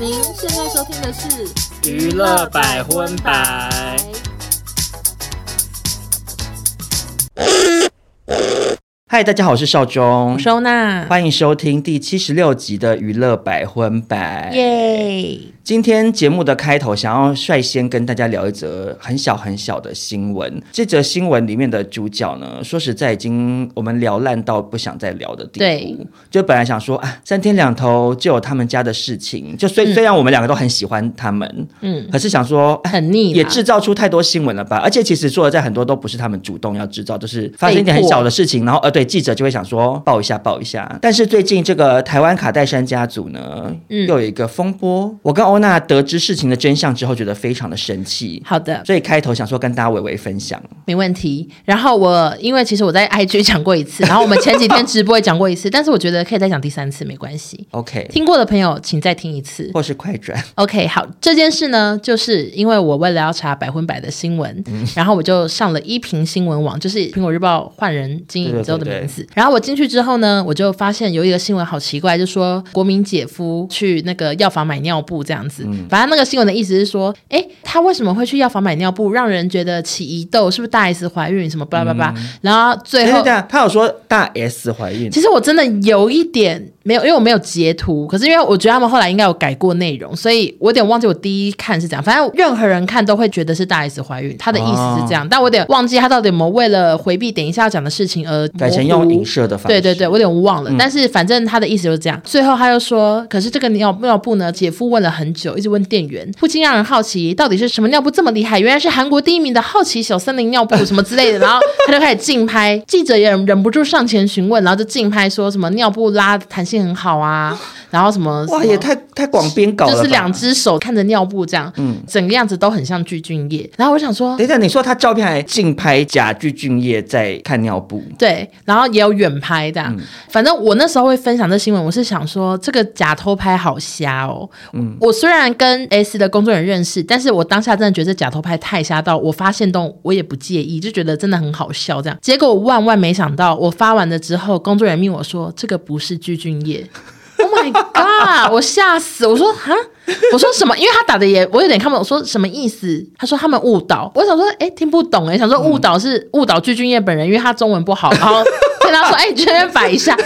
您现在收听的是《娱乐百分百》。嗨，大家好，我是少中，收纳，欢迎收听第七十六集的娱乐百分百。耶！今天节目的开头，想要率先跟大家聊一则很小很小的新闻。这则新闻里面的主角呢，说实在已经我们聊烂到不想再聊的地对步。就本来想说啊，三天两头就有他们家的事情，就虽、嗯虽然我们两个都很喜欢他们，嗯，可是想说。哎很腻啦，也制造出太多新闻了吧？而且其实说的在很多都不是他们主动要制造，就是发生一点很小的事情，然后呃，对记者就会想说报一下报一下。但是最近这个台湾卡戴珊家族呢，嗯又有一个风波。我跟欧娜得知事情的真相之后，觉得非常的生气。好的，所以开头想说跟大家微微分享，没问题。然后我因为其实我在 IG 讲过一次，然后我们前几天直播也讲过一次，但是我觉得可以再讲第三次，没关系。 ，OK，听过的朋友，请再听一次。或是快转， OK，好，这件事呢，就是因为我为了要查百分百的新闻，然后我就上了一评新闻网，就是苹果日报换人经营之后的名字。然后我进去之后呢，我就发现有一个新闻好奇怪，就说国民姐夫去那个药房买尿布这样子。反正那个新闻的意思是说，哎，他为什么会去药房买尿布，让人觉得起疑窦，是不是大 S 怀孕什么巴拉巴拉？然后最后等一下他有说大 S 怀孕，其实我真的有一点没有，因为我没有截图，可是因为我觉得他们后来应该有改过内容，所以我有点忘记我第一看是怎样。反正任何人看都会觉得是大 S 怀孕，她的意思是这样，但我有点忘记她到底有没有为了回避等一下要讲的事情而改成模用糊影射的方对式，对对，我有点嗯忘了，但是反正他的意思就是这样。最后他又说，可是这个尿尿布呢，姐夫问了很久，一直问店员，不禁让人好奇，到底是什么尿布这么厉害？原来是韩国第一名的好奇小森林尿布什么之类 的。然后他就开始竞拍，记者也忍不住上前询问，然后就竞拍说什么尿布拉弹性很好啊，然后什么什哇，么也太太广编稿了，嗯就是两。只手看着尿布这样，整个样子都很像具俊晔。然后我想说，等一下，你说他照片还竞拍假具俊晔在看尿布，对，然后也有远拍这样。反正我那时候会分享这新闻，我是想说这个假偷拍好瞎哦。我虽然跟 S 的工作人员认识，但是我当下真的觉得这假偷拍太瞎到我发现动我也不介意，就觉得真的很好笑这样。结果我万万没想到，我发完了之后，工作人员命我说这个不是具俊晔。Oh my god！我吓死！我说哈，我说什么？因为他打的也我有点看不懂，我说什么意思？他说他们误导，我想说哎听不懂哎，想说误导是误导具俊晔本人，因为他中文不好，然后跟他说哎你去那边摆一下，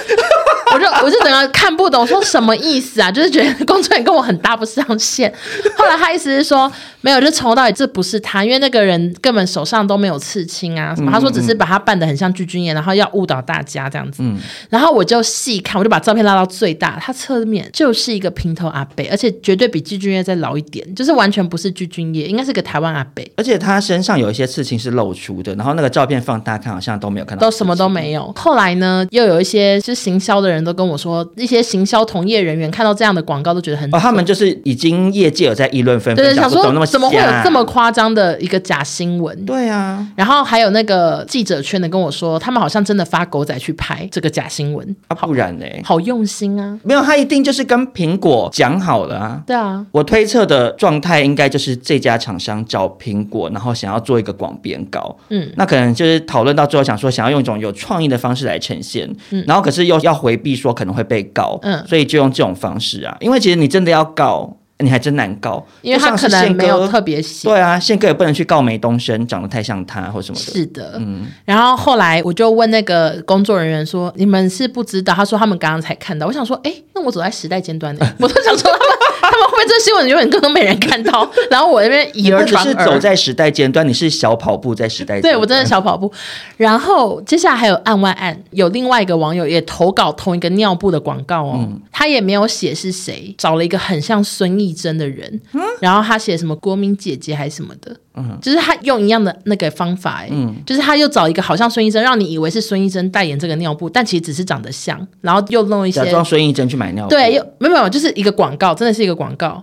我就我就整个看不懂，我说什么意思啊？就是觉得工作人员跟我很搭不上线。后来他意思是说没有，就从头到尾这不是他，因为那个人根本手上都没有刺青啊什嗯么，他说只是把他扮的很像具俊晔，然后要误导大家这样子。嗯然后我就细看，我就把照片拉到最大，他侧面就是一个平头阿伯，而且绝对比具俊晔再老一点，就是完全不是具俊晔，应该是个台湾阿伯，而且他身上有一些刺青是露出的，然后那个照片放大看好像都没有看到，都什么都。没有。后来呢，又有一些就是行销的人都跟我说，一些行销同业人员看到这样的广告都觉得很哦，他们就是已经业界有在议论纷纷，对对，想说么那说怎么会有瞎啊这么？夸张的一个假新闻？对啊，然后还有那个记者圈的跟我说，他们好像真的发狗仔去拍这个假新闻，啊不然呢？好用心啊！没有，他一定就是跟苹果讲好了啊。对啊，我推测的状态应该就是这家厂商找苹果，然后想要做一个广编稿，嗯嗯，那可能就是讨论到最后想说想要用一种有创意的方式来呈现，然后可是又要回避说可能会被告，嗯嗯，所以就用这种方式啊，因为其实你真的要告，你还真难告，因为他就可像是宪能没有哥特别写。对啊，宪哥也不能去告梅东升长得太像他或什么的。嗯是的，然后后来我就问那个工作人员说：“你们是不知道？”他说：“他们刚刚才看到。”我想说：“哎，那我走在时代尖端的，我都想说他们他们会不会这新闻永远都没人看 到？然后我那边以不讹只传是讹。”走在时代尖端，你是小跑步在时代尖端。对我真的小跑步。然后接下来还有案外案，有另外一个网友也投稿同一个尿布的广告哦，嗯他也没有写是谁，找了一个很像孙艺珍的人，嗯然后他写什么国民姐姐还是什么的，就是他用一样的那个方法、欸，嗯就是他又找一个好像孙艺珍，让你以为是孙艺珍代言这个尿布，但其实只是长得像，然后又弄一些假。装孙艺珍去买尿布。啊对，又没有没有，就是一个广告，真的是一个广告，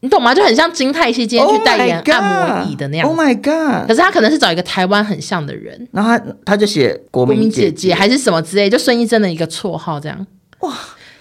你懂吗？就很像金泰熙今天 Oh 去 my 代言 God 按摩椅的那样 Oh my 可 god！是他可能是找一个台湾很像的人，然后他他就写国国民民姐姐姐还是什么之类，就孙艺珍的一个绰号这样。哇！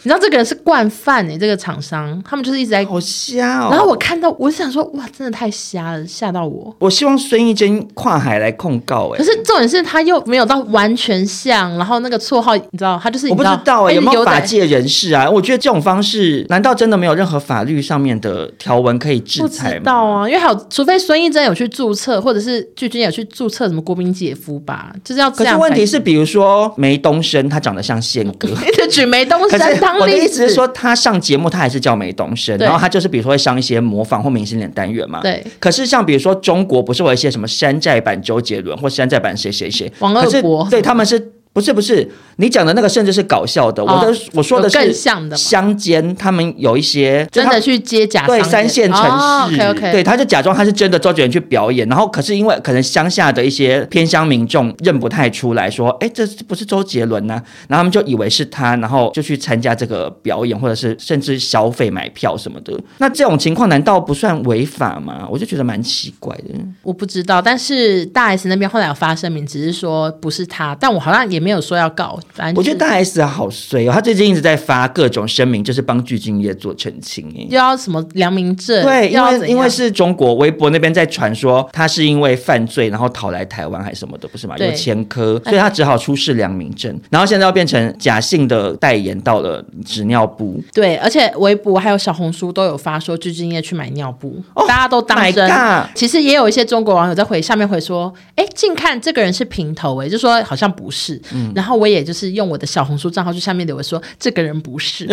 你知道这个人是惯犯哎、这个厂商他们就是一直在。好瞎哦。然后我看到，我想说，哇，真的太瞎了，吓到我。我希望孙艺珍跨海来控告、哎，可是重点是他又没有到完全像，然后那个绰号你知道，他就是我不知道、哎，哎、有没有法打界人士啊？我觉得这种方式，难道真的没有任何法律上面的条文可以制不裁知吗？道啊，因为还有，除非孙艺珍有去注册，或者是具君有去注册什么国民姐夫吧，就是要这可是样才。问题是，比如说梅东升，他长得像宪 哥。一直举梅东可山是啊当我的例意子思是说，，他上节目他还是叫梅东升，对然后他就是比如说会上一些模仿或明星脸单元嘛。对。可是像比如说中国不是会有一些什么山寨版周杰伦或山寨版谁谁谁，王可二是伯对他们是不是不是你讲的那个甚至是搞笑的，我的哦我说的有更是像的嘛乡间，他们有一些就真他的去接假对商三业线城哦市， ，OK OK，对，他就假装他是真的周杰伦去表演，然后可是因为可能乡下的一些偏乡民众认不太出来说，哎，这不是周杰伦呐、然后他们就以为是他，然后就去参加这个表演，或者是甚至消费买票什么的。那这种情况难道不算违法吗？我就觉得蛮奇怪的。我不知道，但是大 S 那边后来有发声明，只是说不是他，但我好像也没有说要告，反正我觉得就是大 S 好衰哦，他最近一直在发各种声明，就是帮具俊晔做澄清哎。又要什么良民证，又对，因要怎为样因为是中国微博那边在传说他是因为犯罪然后逃来台湾还是什么的，不是嘛？对嗯有前科，所以他只好出示良民证，然后现在要变成假性的代言到了纸尿布。对，而且微博还有小红书都有发说鞠婧祎去买尿布， Oh 大家都当真 my god。其实也有一些中国网友在回下面回说，哎，近看这个人是平头、诶，哎，就说好像不是。嗯然后我也就是用我的小红书账号去下面留言说这个人不 是。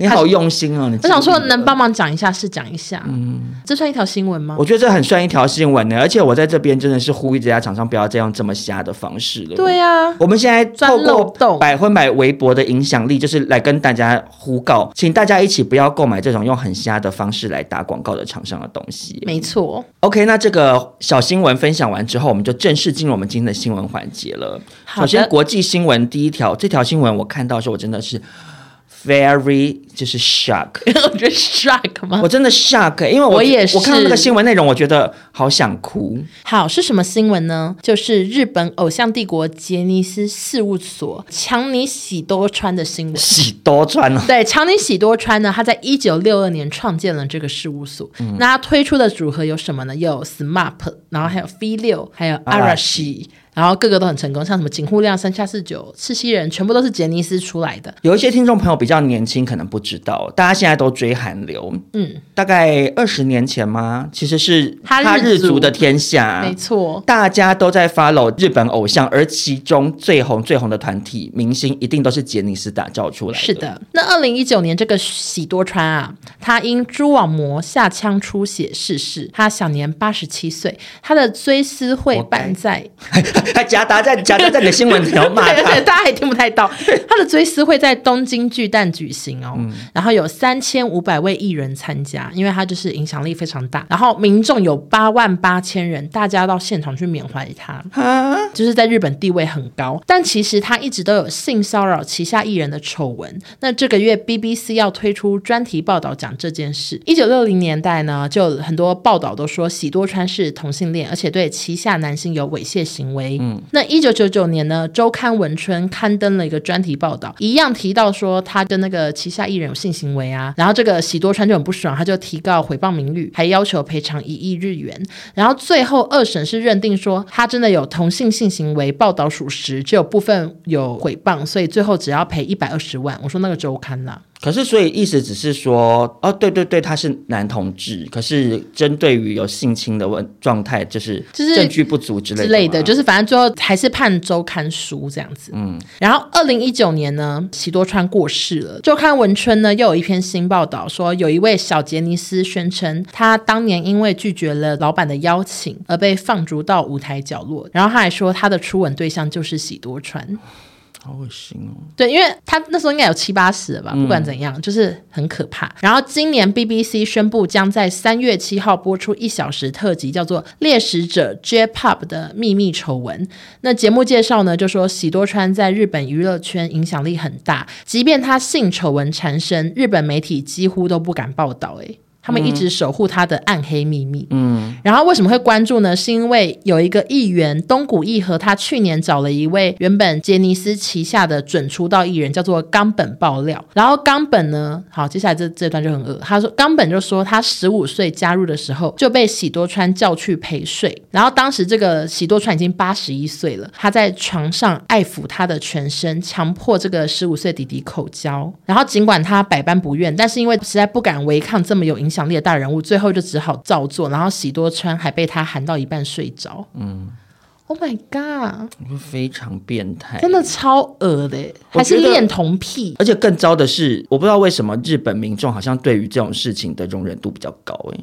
你好用心哦，你我想说记忆力能帮忙讲一下是讲一下，嗯这算一条新闻吗？我觉得这很算一条新闻呢，而且我在这边真的是呼吁这家厂商不要再用这么瞎的方式了。对啊呀、我们现在透钻漏过洞百分百微博的影响力，就是来跟大家呼告，请大家一起不要购买这种用很瞎的方式来打广告的厂商的东西。 没错。 OK，那这个小新闻分享完之后，我们就正式进入我们今天的新闻环节了。好首的先，国际新闻第一条，这条新闻我看到的时候，我真的是 very 就是 shock，我觉得 shock 吗我？真的 shock，、因为我我也我看到那个是新闻内容，我觉得好想哭。好，是什么新闻呢？就是日本偶像帝国杰尼斯事务所强尼喜多川的新闻。喜多川 哦，对，强尼喜多川呢，他在一九六二年创建了这个事务所。那他推出的组合有什么呢？有 SMAP，然后还有 V 六，还有 Arashi Arashi，然后各个都很成功，像什么井户亮、山下四九、赤西仁，全部都是杰尼斯出来的。有一些听众朋友比较年轻，可能不知道，大家现在都追韩流，嗯，大概二十年前吗？其实是哈日族日族的天下，没错。大家都在 follow 日本偶像，而其中最红最红的团体明星，一定都是杰尼斯打造出来的。是，的，那二零一九年这个喜多川啊，他因蛛网膜下腔出血逝世，他享年八十七岁。他的追思会活该办在还夹杂在夹杂在你的新闻里头骂对 对，他。大家也听不太到。他的追思会在东京巨蛋举行哦，嗯然后有三千五百位艺人参加，因为他就是影响力非常大。然后民众有八万八千人，大家到现场去缅怀他，啊，就是在日本地位很高。但其实他一直都有性骚扰旗下艺人的丑闻。那这个月 BBC 要推出专题报道讲这件事。一九六零年代呢，就有很多报道都说喜多川是同性恋，而且对旗下男性有猥亵行为。嗯，那一九九九年呢，周刊文春刊登了一个专题报道，一样提到说他跟那个旗下艺人有性行为啊。然后这个喜多川就很不爽，他就提告诽谤名誉，还要求赔偿一亿日元。然后最后二审是认定说他真的有同性性行为，报道属实，只有部分有诽谤，所以最后只要赔一百二十万。我说那个周刊啦、可是所以意思只是说，哦，对对对，他是男同志，可是针对于有性侵的问状态，就是就是证据不足之类之类的，就是是反正最后还是判周刊输这样子。嗯，然后二零一九年呢，喜多川过世了。周刊文春呢又有一篇新报道说，有一位小杰尼斯宣称，他当年因为拒绝了老板的邀请而被放逐到舞台角落，然后他还说他的初吻对象就是喜多川。好恶心哦。对，因为他那时候应该有七八十了吧，不管怎样，就是很可怕。然后今年 BBC 宣布将在三月七号播出一小时特辑，叫做《猎食者 J-Pop 的秘密丑闻》。那节目介绍呢，就说喜多川在日本娱乐圈影响力很大，即便他性丑闻缠身，日本媒体几乎都不敢报道、欸。哎，他们一直守护他的暗黑秘密。嗯然后为什么会关注呢？是因为有一个议员东谷义和，他去年找了一位原本杰尼斯旗下的准出道艺人，叫做冈本爆料。然后冈本呢，好，接下来这这段就很恶。他说冈本就说他十五岁加入的时候就被喜多川叫去陪睡，然后当时这个喜多川已经八十一岁了，他在床上爱抚他的全身，强迫这个十五岁弟弟口交。然后尽管他百般不愿，但是因为实在不敢违抗这么有影响力的大人物，最后就只好照做。然后喜多川还被他喊到一半睡着。嗯，Oh my god，我觉得非常变态，真的超恶的，我还觉是得恋童癖。而且更糟的是，我不知道为什么日本民众好像对于这种事情的容忍度比较高诶、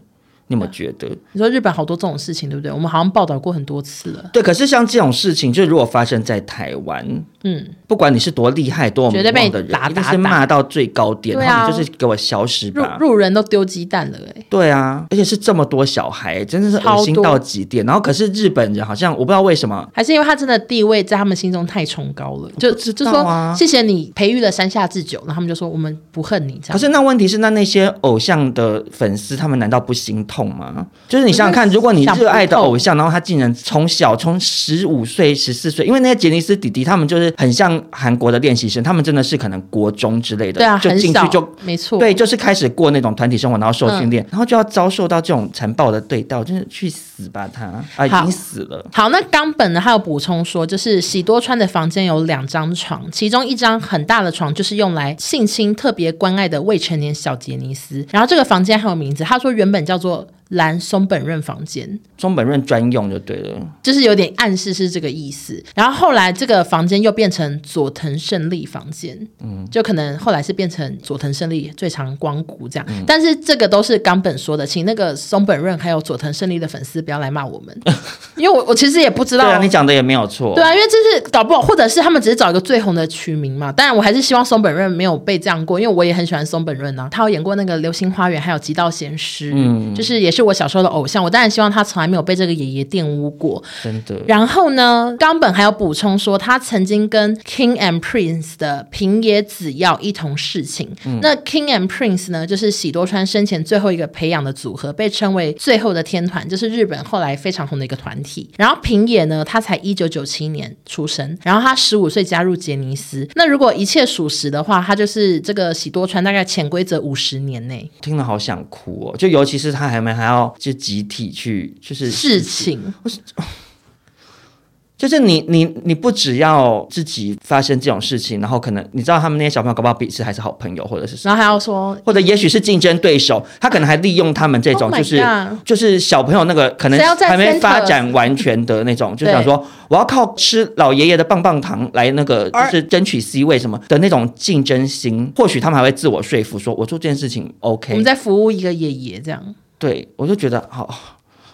你有没有觉得？你说日本好多这种事情，对不对？我们好像报道过很多次了。对，可是像这种事情，就如果发生在台湾，嗯，不管你是多厉害、多有名绝对被望的人，打一定打是打骂到最高点，对然后啊你就是给我消失入吧。入人都丢鸡蛋了，哎，对啊，而且是这么多小孩，真的是恶超心多到极点。然后可是日本人好像我不知道为什么，还是因为他真的地位在他们心中太崇高了，就不知就道啊说谢谢你培育了山下智久，然后他们就说我们不恨你这样。可是那问题是，那那些偶像的粉丝，他们难道不心痛吗？就是你想想看，如果你热爱的偶像，然后他竟然从小从十五岁、十四岁，因为那些杰尼斯弟弟他们就是很像韩国的练习生，他们真的是可能国中之类的，对啊，就很进少去就。，没错，对，就是开始过那种团体生活，然后受嗯训练，然后就要遭受到这种残暴的对待，真是去死吧他啊，已好经死了，好，那冈本呢？他有补充说，就是喜多川的房间有两张床，其中一张很大的床就是用来性侵特别关爱的未成年小杰尼斯。然后这个房间还有名字，他说原本叫做蓝松本润房间，中本润专用就对了。就是有点暗示是这个意思。然后后来这个房间又变成佐藤胜利房间，嗯，就可能后来是变成佐藤胜利最常光顾这样。嗯但是这个都是冈本说的，请那个松本润还有佐藤胜利的粉丝不要来骂我 们，因为我我其实也不知对道啊，你讲的也没有错。对啊，因为这是搞不好，或者是他们只是找一个最红的取名嘛。当然，我还是希望松本润没有被这样过，因为我也很喜欢松本润啊。他有演过那个《流星花园》，还有《极道贤师》，嗯就是也是我小时候的偶像。我当然希望他从来没有被这个爷爷玷污过。真的。然后呢，冈本还有补充说，他曾经跟 King and Prince 的平野紫耀一同侍寝。嗯那 King and Prince 呢，就是喜多川生前最后一个培养的组合，被称为最后的天团，就是日本后来非常红的一个团体。然后平野呢，他才一九九七年出生，然后他十五岁加入杰尼斯。那如果一切属实的话，他就是这个喜多川大概潜规则五十年内听了好想哭哦，就尤其是他还没还要就集体去就是事，情。就是你你你不只要自己发生这种事情，然后可能你知道他们那些小朋友搞不好彼此还是好朋友或者是什么。然后还要说或者也许是竞争对手，他可能还利用他们这种 Oh my 就是、 God 就是小朋友那个可能谁要在还没 center？发展完全的那种，就对想说我要靠吃老爷爷的棒棒糖来那个就而是争取 C 位什么的那种竞争心，或许他们还会自我说服，说我做这件事情 OK。我们在服务一个爷爷这样。对，我就觉得好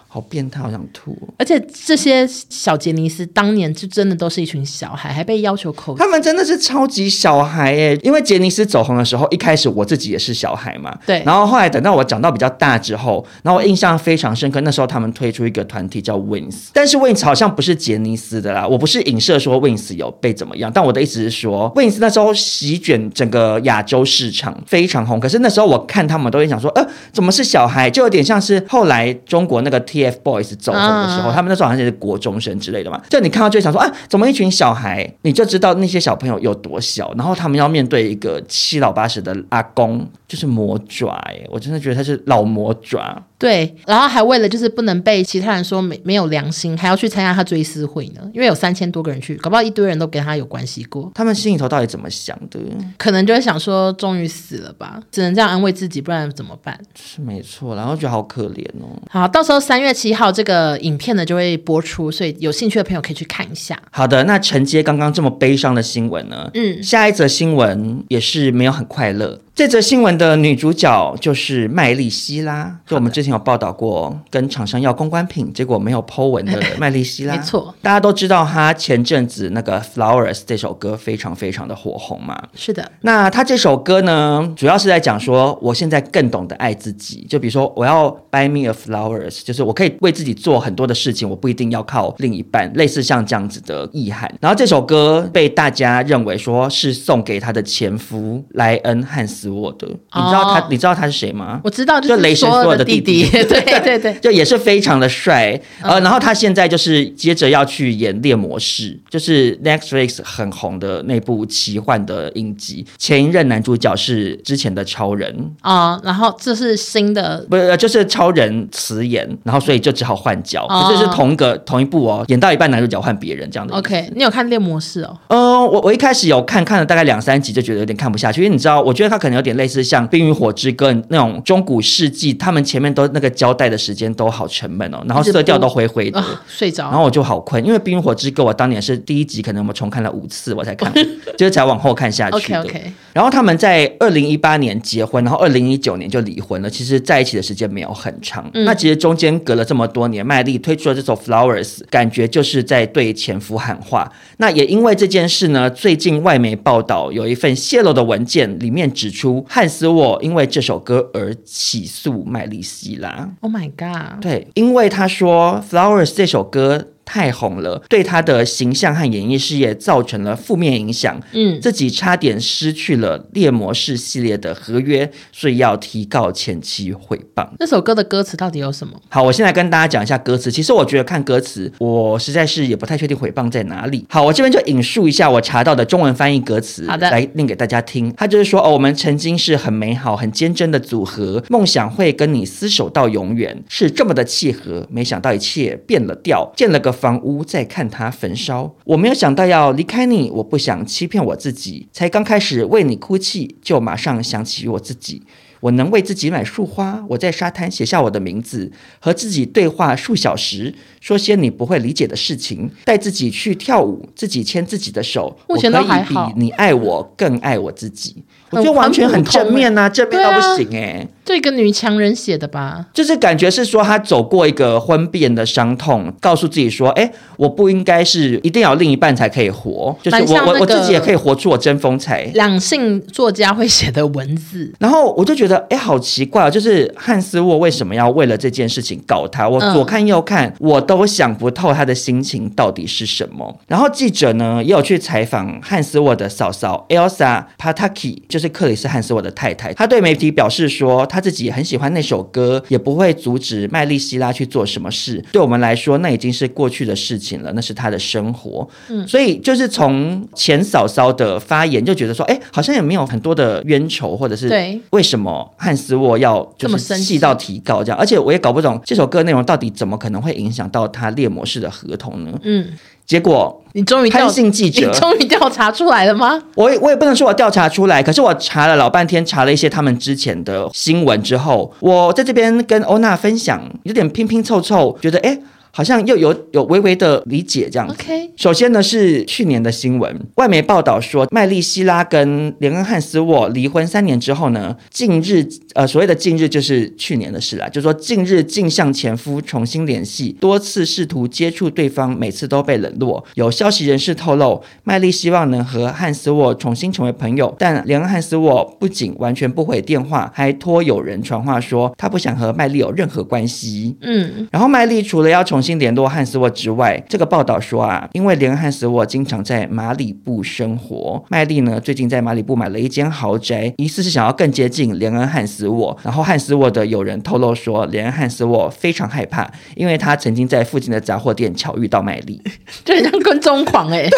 好变态，好想吐、哦。而且这些小杰尼斯当年就真的都是一群小孩，还被要求口他们真的是超级小孩耶！因为杰尼斯走红的时候，一开始我自己也是小孩嘛。对然后后来等到我长到比较大之后，然后我印象非常深刻，那时候他们推出一个团体叫 Wins，但是 Wins 好像不是杰尼斯的啦。我不是影射说 Wins 有被怎么样，但我的意思是说，Wins 那时候席卷整个亚洲市场，非常红。可是那时候我看他们都会想说，呃，怎么是小孩？就有点像是后来中国那个 TFBOYS 走红的时候，嗯他们那时候好像也是国中生之类的嘛，就你看到就会想说啊，怎么一群小孩，你就知道那些小朋友有多小，然后他们要面对一个七老八十的阿公，就是魔爪、欸，我真的觉得他是老魔爪，对，然后还为了就是不能被其他人说没没有良心，还要去参加他追思会呢，因为有三千多个人去，搞不好一堆人都跟他有关系过，他们心里头到底怎么想的？可能就会想说终于死了吧，只能这样安慰自己，不然怎么办？是没错啦，然后觉得好可怜哦。好，到时候三月七号这个影片呢就会播出，所以有兴趣的朋友可以去看一下。好的，那承接刚刚这么悲伤的新闻呢？嗯下一则新闻也是没有很快乐。这则新闻的女主角就是麦丽希拉，就我们之前有报道过，跟厂商要公关品，结果没有 Po 文的 麦丽希拉。没错，大家都知道她前阵子那个《Flowers》这首歌非常非常的火红嘛。是的，那她这首歌呢，主要是在讲说，我现在更懂得爱自己。就比如说，我要 buy me a flowers，就是我可以为自己做很多的事情，我不一定要靠另一半，类似像这样子的意涵。然后这首歌被大家认为说是送给她的前夫莱恩汉斯我的。你知道他，哦你知道他是谁吗？我知道，就是雷神所所有有的的弟弟弟， 对对对，就也是非常的帅，呃，嗯然后他现在就是接着要去演《猎魔士》，就是 Netflix 很红的那部奇幻的影集。前一任男主角是之前的超人，啊、然后这是新的不是，呃就是超人辞演，然后所以就只好换角，哦可是是同一个同一部哦，演到一半男主角换别人这样的意思。 ，OK，你有看《猎魔士》哦？嗯，我我一开始有看，看了大概两三集就觉得有点看不下去，因为你知道，我觉得它可能有点类似像《冰与火之歌》那种中古世纪，他们前面都那个交代的时间都好沉闷哦，然后色调都灰灰的。啊，睡着，然后我就好困，因为《冰与火之歌》我当年是第一集，可能我们重看了五次我才看，就是才往后看下去 OK 的。 OK，然后他们在二零一八年结婚，然后二零一九年就离婚了。其实在一起的时间没有很长。嗯那其实中间隔了这么多年，麦莉推出了这首《Flowers》，感觉就是在对前夫喊话。那也因为这件事呢，最近外媒报道有一份泄露的文件，里面指出汉斯沃因为这首歌而起诉麦莉希拉。 ，Oh my God，对，因为他说《Flowers》这首歌太红了，对他的形象和演艺事业造成了负面影响，嗯，自己差点失去了猎魔士系列的合约，所以要提告前妻诽谤。那首歌的歌词到底有什么？好，我现在跟大家讲一下歌词。其实我觉得看歌词，我实在是也不太确定诽谤在哪里。好，我这边就引述一下我查到的中文翻译歌词，好的来念给大家听。他就是说，哦，我们曾经是很美好、很坚贞的组合，梦想会跟你厮守到永远，是这么的契合。没想到一切变了调，建了个房屋，再看它焚烧。我没有想到要离开你，我不想欺骗我自己。才刚开始为你哭泣，就马上想起我自己。我能为自己买束花，我在沙滩写下我的名字，和自己对话数小时，说些你不会理解的事情，带自己去跳舞，自己牵自己的手，目前我可都还以比好你爱我更爱我自己。我很觉得完全很很普通正面呐、正面到对不啊行哎、就一个女强人写的吧？就是感觉是说他走过一个婚变的伤痛，告诉自己说，哎，我不应该是一定要有另一半才可以活，就是蛮我、像我我那个自己也可以活出我真风采。两性作家会写的文字，然后我就觉得，哎，好奇怪哦，就是汉斯沃为什么要为了这件事情搞他？我嗯左看右看，我都想不透他的心情到底是什么。然后记者呢也有去采访汉斯沃的嫂嫂 Elsa Pataki，就是克里斯汉斯沃的太太。她对媒体表示说，她自己很喜欢那首歌，也不会阻止麦莉希拉去做什么事。对我们来说，那已经是过去的事情了，那是她的生活。嗯所以就是从前嫂嫂的发言就觉得说，哎，好像也没有很多的冤仇，或者是对为什么汉斯沃要这就么是生气气到提告这样，而且我也搞不懂这首歌内容到底怎么可能会影响到他猎魔式的合同呢？嗯，结结果你终于调潘姓记者你终于调查出来了吗？我也我也不能说我调查出来，可是我查了老半天，查了一些他们之前的新闻之后，我在这边跟欧娜分享，有点拼拼凑凑，觉得哎。诶好像又有有微微的理解这样子。 OK 首先呢是去年的新闻，外媒报道说麦莉希拉跟连恩汉斯沃离婚三年之后呢，近日呃所谓的近日就是去年的事啦，就是说近日竟向前夫重新联系，多次试图接触对方，每次都被冷落。有消息人士透露，麦莉希望能和汉斯沃重新成为朋友，但连恩汉斯沃不仅完全不回电话，还托友人传话说他不想和麦莉有任何关系。嗯，然后麦莉除了要重新联络汉斯沃之外，这个报道说啊，因为连汉斯沃经常在马里布生活，麦莉呢最近在马里布买了一间豪宅，疑似是想要更接近连恩汉斯沃。然后汉斯沃的友人透露说，连恩汉斯沃非常害怕，因为他曾经在附近的杂货店巧遇到麦莉。就很像跟踪狂哎、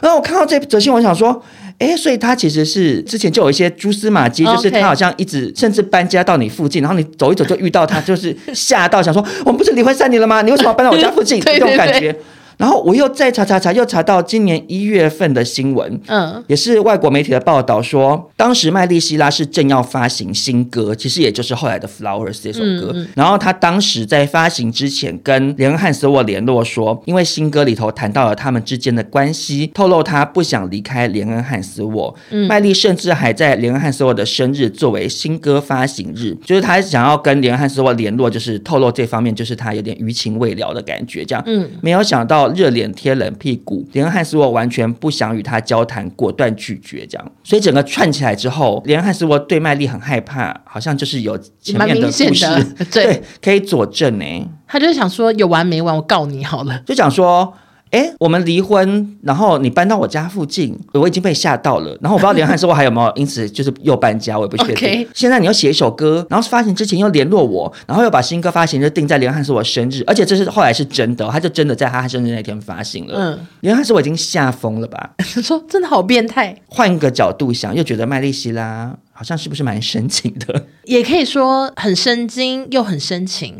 然后我看到这则新闻，想说。诶，所以他其实是之前就有一些蛛丝马迹，就是他哦 OK 好像一直甚至搬家到你附近，然后你走一走就遇到他， 就是吓到想说，我们不是离婚三年了吗？你为什么要搬到我家附 近？对对这种感对觉。然后我又再查查查，又查到今年一月份的新闻，嗯，也是外国媒体的报道说，当时麦莉希拉是正要发行新歌，其实也就是后来的《Flowers》这首歌。然后他当时在发行之前跟连恩汉斯沃联络说，因为新歌里头谈到了他们之间的关系，透露他不想离开连恩汉斯沃。麦莉甚至还在连恩汉斯沃的生日作为新歌发行日，就是他想要跟连恩汉斯沃联络，就是透露这方面，就是他有点余情未了的感觉，这样。嗯没有想到热脸贴冷屁股，连恩汉斯沃完全不想与他交谈，果断拒绝这样。所以整个串起来之后，连恩汉斯沃对麦莉很害怕，好像就是有前蛮面的明显故事，，的 对，可以佐证呢、欸他就是想说有完没完，我告你好了。就讲说。哎，我们离婚，然后你搬到我家附近，我已经被吓到了。然后我不知道连汉之后还有没有，因此就是又搬家，我也不确定。 OK 现在你要写一首歌，然后发行之前又联络我，然后又把新歌发行日定在连汉是我生日，而且这是后来是真的哦，他就真的在他生日那天发行了。嗯，连汉是我已经吓疯了吧？说真的好变态，换一个角度想，又觉得麦莉希拉好像是不是蛮深情的？ 也可以说很深经又很深情，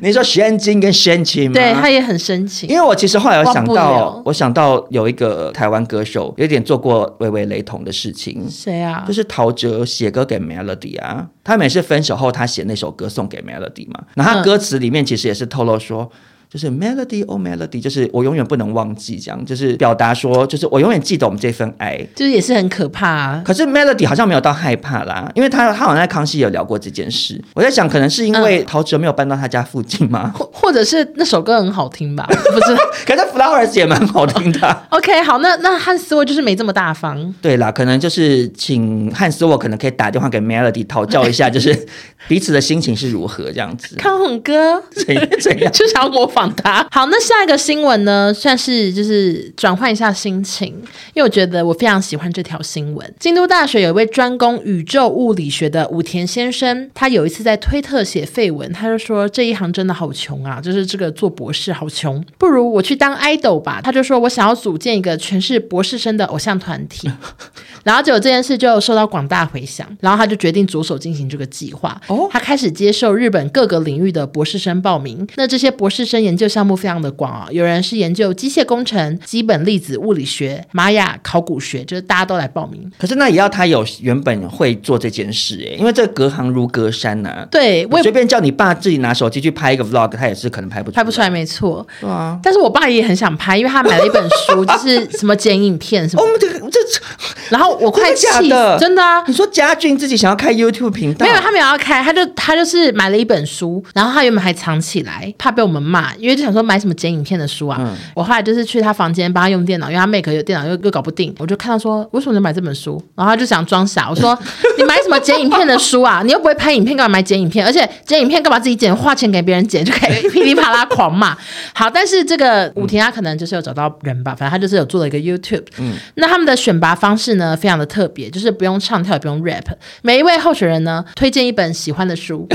你说深情跟深情吗？对他也很深因情。为我其实后来有想忘不到了，我想到有一个台湾歌手，有点做过微微雷同的事情，谁啊就？是陶喆写歌给 Melody 啊，他每次分手后，他写那首歌送给 Melody 嘛，然后他嗯歌词里面其实也是透露说。就是 melody oh melody，就是我永远不能忘记，这样就是表达说，就是我永远记得我们这份爱。就是也是很可怕、啊。可是 Melody 好像没有到害怕啦，因为他他好像在康熙有聊过这件事。我在想，可能是因为嗯陶喆没有搬到他家附近吗？或或者是那首歌很好听吧，不知道。 可是 Flowers 也蛮好听的啊、 OK，好，那那汉斯沃就是没这么大方，对啦，可能就是请汉斯沃可能可以打电话给 Melody 讨教一下，就是 彼此的心情是如何这样子，康永哥 怎怎样？就想要模仿他。好，那下一个新闻呢，算是就是转换一下心情，因为我觉得我非常喜欢这条新闻。京都大学有一位专攻宇宙物理学的武田先生，他有一次在推特写废文，他就说这一行真的好穷啊，就是这个做博士好穷，不如我去当 idol 吧。他就说我想要组建一个全是博士生的偶像团体。然后结果这件事就受到广大回响，然后他就决定着手进行这个计划。哦他开始接受日本各个领域的博士生报名。那这些博士生研究项目非常的广啊、有人是研究机械工程、基本粒子物理学、玛雅考古学，就是大家都来报名。可是那也要他有原本会做这件事诶、因为这隔行如隔山呐、对，我我随也便叫你爸自己拿手机去拍一个 vlog，他也是可能拍不出拍不出来，没错。对啊，但是我爸也很想拍，因为他买了一本书，就是什么剪影片什么 哦的。，这个这这然后我快气死，真的假的真的啊！你说家俊自己想要开 YouTube 频道，没有，他没有要开，他就他就是买了一本书，然后他原本还藏起来，怕被我们骂，因为就想说买什么剪影片的书啊。嗯我后来就是去他房间帮他用电脑，因为他 Mac 有电脑又又搞不定，我就看到说为什么你买这本书，然后他就想装傻，我说 你买什么剪影片的书啊？你又不会拍影片，干嘛买剪影片？而且剪影片干嘛自己剪，花钱给别人剪就可以噼里啪啦狂骂。好，但是这个武田他可能就是有找到人吧，反正他就是有做了一个 YouTube，那他们的选拔方式呢，非常的特别，就是不用唱跳，也不用 rap。每一位候选人呢，推荐一本喜欢的 书，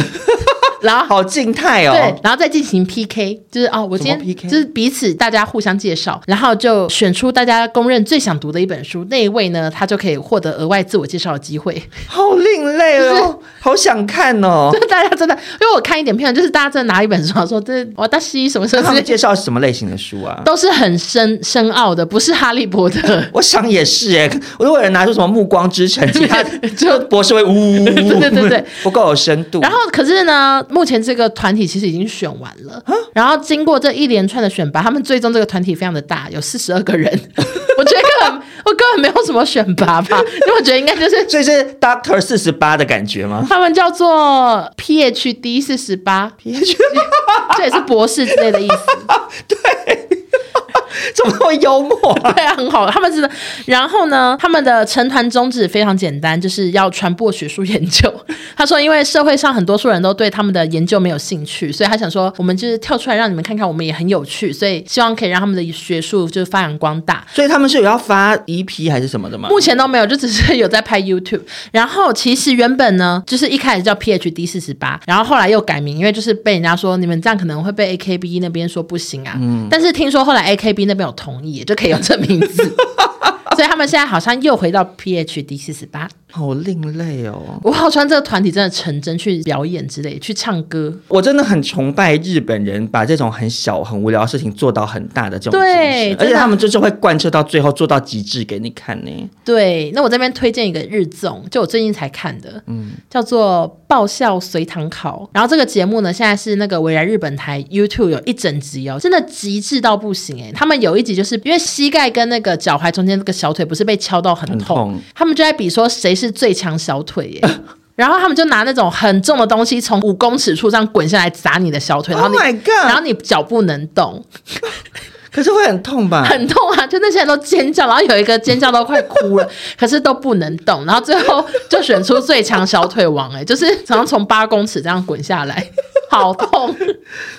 然后。好静态对哦，，然后再进行 PK，就是哦，我今什么天 PK 就是彼此大家互相介绍，然后就选出大家公认最想读的一本书，那一位呢，他就可以获得额外自我介绍的机会。 好另类就哦，好想看哦 就。是大家真的，因为我看一点片，就是大家真的拿一本书说，这我大西什么什 那他么们之类，介绍什么类型的书啊？都是很深深奥的，不是哈利波特。我想也是哎、如果有人拿出什么《暮光之城》，其他 就就博士会呜，对对对对，不够有深度。然后，可是呢，目前这个团体其实已经选完了。然后经过这一连串的选拔，他们最终这个团体非常的大，有四十二个人。我觉得根本我根本没有什么选拔吧，因为我觉得应该就是所以是 Doctor 四十八的感 觉吗？他们叫做 PhD 四十八，这也是博士之类的意思。怎么会幽默 啊？对啊，很好，他们真的。然后呢，他们的成团宗旨非常简单，就是要传播学术研究。 他说，因为社会上很多数人都对他们的研究没有兴趣，所以他想说，我们就是跳出来让你们看看，我们也很有趣，所以希望可以让他们的学术就是发扬光大。所以他们是有要发 EP 还是什么的吗？目前都没有，就只是有在拍 YouTube。然后其实原本呢，就是一开始叫 PhD 四十八，然后后来又改名，因为就是被人家说你们这样可能会被 AKB 那边说不行啊。但是听说后来 AKB 那边有同意，就可以有这名字，所以他们现在好像又回到 PhD 四十八。好另类哦。我好穿这个团体真的成真去表演之类，去唱歌。我真的很崇拜日本人把这种很小很无聊的事情做到很大的这种精神，对而真且的他们就是会贯彻到最后做到极致给你看呢。对，那我这边推荐一个日综，就我最近才看的，嗯叫做《爆笑随堂考》。然后这个节目呢，现在是那个未来日本台 YouTube 有一整集哦，真的极致到不行哎、他们有一集就是因为膝盖跟那个脚踝中间那个小腿不是被敲到很很痛，痛他们就在比说谁是最强小腿哎、 然后他们就拿那种很重的东西从五公尺处这样滚下来砸你的小腿，然后 Oh 你 my 然后 god！你脚不能动，可是会很痛吧？很痛啊！就那些人都尖叫，然后有一个尖叫到快哭了， 可是都不能动，然后最后就选出 最强小腿王、欸，哎，就是常常从八公尺这样滚下来，好痛！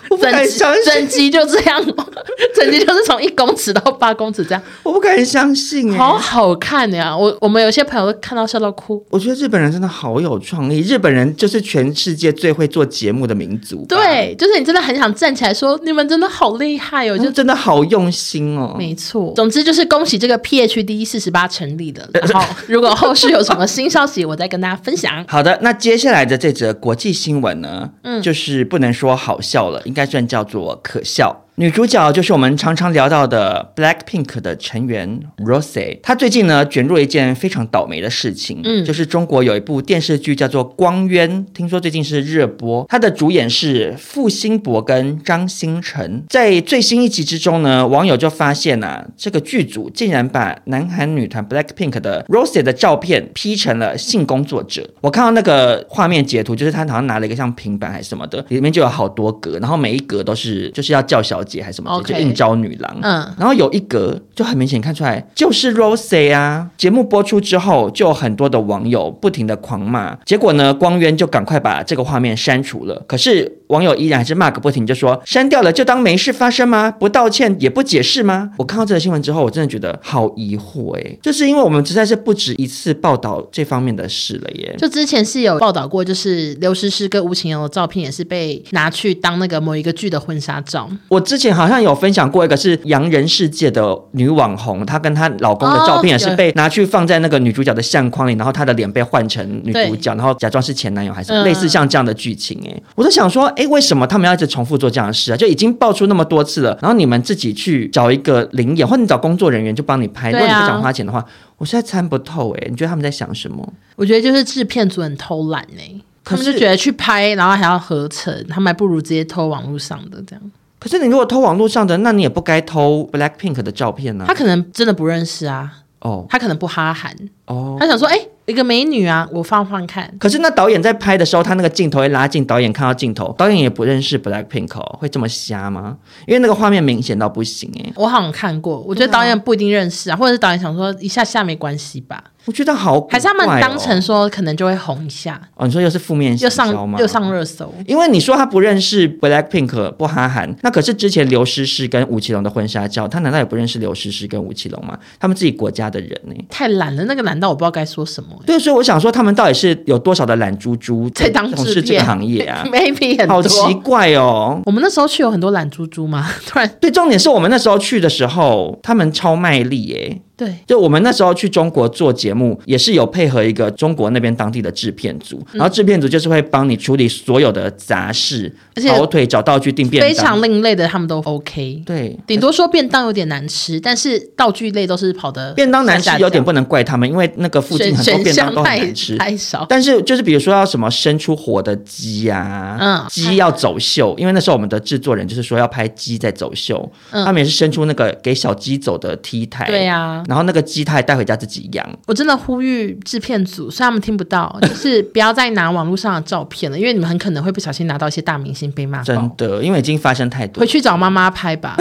我不整敢集相信整集就这样， 整集就是从一公尺到八公尺这样，我不敢相信哎、好好看呀！我我们有些朋友都看到笑到哭。我觉得日本人真的好有创意，日本人就是全世界最会做节目的民族。，对，就是你真的很想站起来说，你们真的好厉害哦！我就就真的好用心哦。没错，总之就是恭喜这个 PHD 四十八成立了。然 后，如果后续有什么新消息，我再跟大家分享。好的，那接下来的这则国际新闻呢，嗯就是不能说好笑了，应该算叫做可笑。女主角就是我们常常聊到的 BLACKPINK 的成员 Rosé，她最近呢卷入了一件非常倒霉的事情，嗯就是中国有一部电视剧叫做《光渊》，听说最近是热播，它的主演是傅辛博跟张新成。在最新一集之中呢，网友就发现啊，这个剧组竟然把南韩女团 BLACKPINK 的 Rosé 的照片 P 成了性工作者。我看到那个画面截图，就是她好像拿了一个像平板还是什么的，里面就有好多格，然后每一格都是就是要叫小姐还是什么之类 OK 就应招女郎。嗯，然后有一格就很明显看出来就是 Rose 啊。节目播出之后，就有很多的网友不停的狂骂，结果呢，光渊就赶快把这个画面删除了。可是网友依然还是骂个不停，就说删掉了就当没事发生吗？不道歉也不解释吗？我看到这个新闻之后，我真的觉得好疑惑诶、就是因为我们实在是不止一次报道这方面的事了耶。就之前是有报道过，就是刘诗诗跟吴晴瑶的照片也是被拿去当那个某一个剧的婚纱照。我之前好像有分享过一个是洋人世界的女网红，她跟她老公的照片也是被拿去放在那个女主角的相框里，然后她的脸被换成女主角，然后假装是前男友还是什么嗯类似像这样的剧情、欸。我都想说，哎、为什么他们要一直重复做这样的事啊？就已经爆出那么多次了，然后你们自己去找一个灵眼，或者你找工作人员就帮你拍，如对啊果你不想花钱的话，我实在参不透哎、你觉得他们在想什么？我觉得就是制片组很偷懒呢、欸，可他是们就觉得去拍，然后还要合成，他们还不如直接偷网络上的这样。可是你如果偷网络上的，那你也不该偷 Blackpink 的照片呢、他可能真的不认识啊，哦他可能不哈韩，哦，他想说，哎、一个美女啊，我放放看。可是那导演在拍的时候，他那个镜头会拉近，导演看到镜头，导演也不认识 Blackpink，、哦、会这么瞎吗？因为那个画面明显到不行哎、我好像看过，我觉得导演不一定认识啊，或者是导演想说一下下没关系吧，我觉得好、哦，还是他们当成说可能就会红一下，哦，你说又是负面又行销上吗？又上热搜。因为你说他不认识 Blackpink 不哈韩，那可是之前刘诗诗跟吴奇隆的婚纱照，他难道也不认识刘诗诗跟吴奇隆吗？他们自己国家的人呢、太懒了，那个懒到我不知道该说什么、欸对，所以我想说，他们到底是有多少的懒猪猪在当从制事这个片？行业啊，maybe 很多。好奇怪哦。我们那时候去有很多懒猪猪嘛，突然对，重点是我们那时候去的时候，他们超卖力耶、对，就我们那时候去中国做节目，也是有配合一个中国那边当地的制片组，嗯然后制片组就是会帮你处理所有的杂事，而且跑腿找道具订便当，非常另类的他们都 OK，对。顶多说便当有点难吃，但是道具类都是跑的便当难吃有点不能怪他们，因为那个附近选很多选便当项都很太难吃。太少。但是就是比如说要什么生出活的鸡呀、嗯鸡要走秀，因为那时候我们的制作人就是说要拍鸡在走秀，嗯他们也是生出那个给小鸡走的 T 台，对啊然后那个鸡他还带回家自己养，我真的呼吁制片组，虽然他们听不 到，就是不要再拿网络上的照片了，因为你们很可能会不小心拿到一些大明星被骂真爆。的，因为已经发生太 多回。去找妈妈拍吧，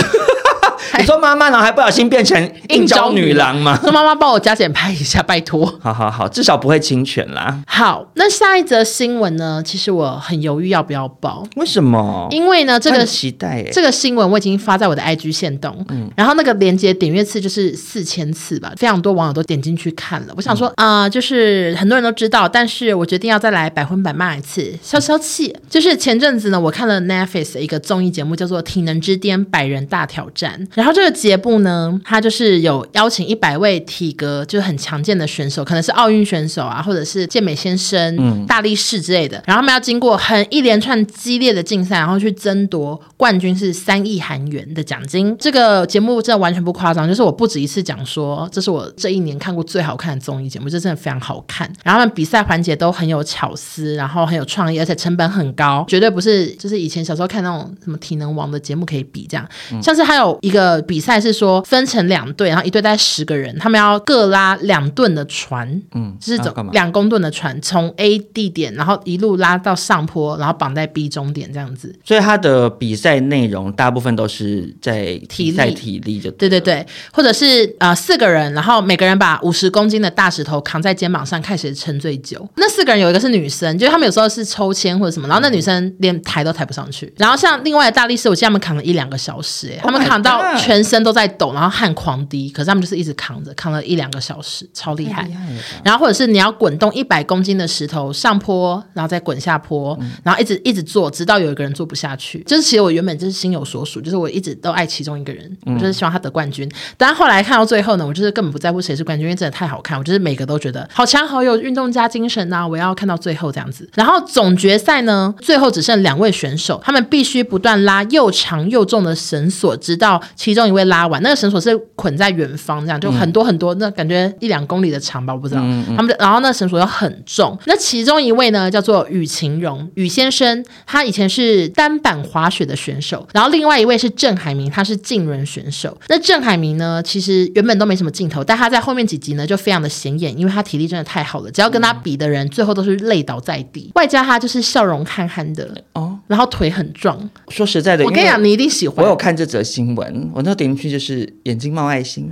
你说妈妈然后还不小心变成应招女郎吗？说妈妈帮我加减拍一下，拜托。好好好，至少不会侵权啦。好，那下一则新闻呢？其实我很犹豫要不要报，为什么？因为呢，这我个很期待耶。这个新闻我已经发在我的 IG 线动，然后那个链接点阅次就是四千次吧，非常多网友都点进去看了。我想说啊、呃就是很多人都知道，但是我决定要再来百分百骂一次，消消气。就是前阵子呢，我看了 Netflix 的一个综艺节目叫做《体能之巅百人大挑战》，然后这个节目呢，它就是有邀请一百位体格就是很强健的选手，可能是奥运选手啊，或者是健美先生、大力士之类的，然后他们要经过很一连串激烈的竞赛，然后去争夺冠军是三亿韩元的奖金。这个节目真的完全不夸张，就是我不止一次讲说，这是我这一年看过最好看的综艺节目，这真的非常好看。然后他们比赛环节都很有巧思，然后很有创意，而且成本很高，绝对不是就是以前小时候看那种什么体能王的节目可以比这样。像是还有一个个比赛是说分成两队，然后一队带十个人，他们要各拉两吨的船，嗯就是啊走干嘛两公吨的船，从 A 地点，然后一路拉到上坡，然后绑在 B 终点这样子。所以他的比赛内容大部分都是在体力在体力就对对对，或者是呃四个人，然后每个人把五十公斤的大石头扛在肩膀上，看谁撑最久。那四个人有一个是女生，就是他们有时候是抽签或者什么，然后那女生连抬都抬不上去。然后像另外的大力士，我记得他们扛了一两个小时、欸，他 Oh 们 my 扛到 God 全身都在抖，然后汗狂滴，可是他们就是一直扛着，扛了一两个小时，超厉害。害了吧然后或者是你要滚动一百公斤的石头上坡，然后再滚下坡，然后一直一直做，直到有一个人做不下去。就是其实我原本就是心有所属，就是我一直都爱其中一个人，我就是希望他得冠军。但后来看到最后呢，我就是根本不在乎谁是冠军，因为真的太好看，我就是每个都觉得好强好有运动家精神呐、啊我要看到最后这样子。然后总决赛呢，最后只剩两位选手，他们必须不断拉又长又重的绳索，直到其中一位拉完。那个绳索是捆在远方，这样嗯就很多很多，那感觉一两公里的长吧，我不知道。他们就然后那绳索又很重。那其中一位呢叫做雨晴荣，雨先生，他以前是单板滑雪的选手，然后另外一位是郑海明，他是竞轮选手。那郑海明呢，其实原本都没什么镜头，但他在后面几集呢就非常的显眼，因为他体力真的太好了，只要跟他比的人，最后都是累倒在地。外加他就是笑容憨憨的，哦。然后腿很壮。说实在的，我跟你因为讲，你一定喜我欢有。看这则新闻，我那点进去就是眼睛冒 爱心，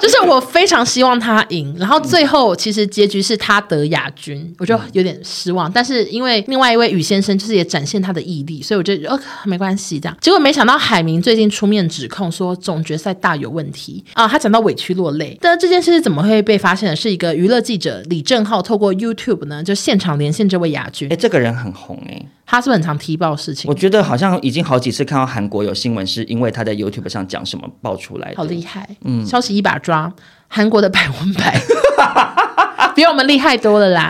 就是我非常希望他赢，然后最后其实结局是他得亚军，我就有点失望。但是因为另外一位宇先生就是也展现他的毅力，所以我就觉得呃没关系这样。结果没想到海明最近出面指控说总决赛大有问题啊、他讲到委屈落泪。但这件事是怎么会被发现的？是一个娱乐记者李正浩透过 YouTube 呢就现场连线这位亚军哎、，这个人很红哎、他是不是很常踢爆事情我？觉得好像已经好几次看到韩国有新闻是因为他在 YouTube 上讲什么爆出来的，好厉害，嗯，消息一把抓，韩国的百分百 比我们厉害多了啦。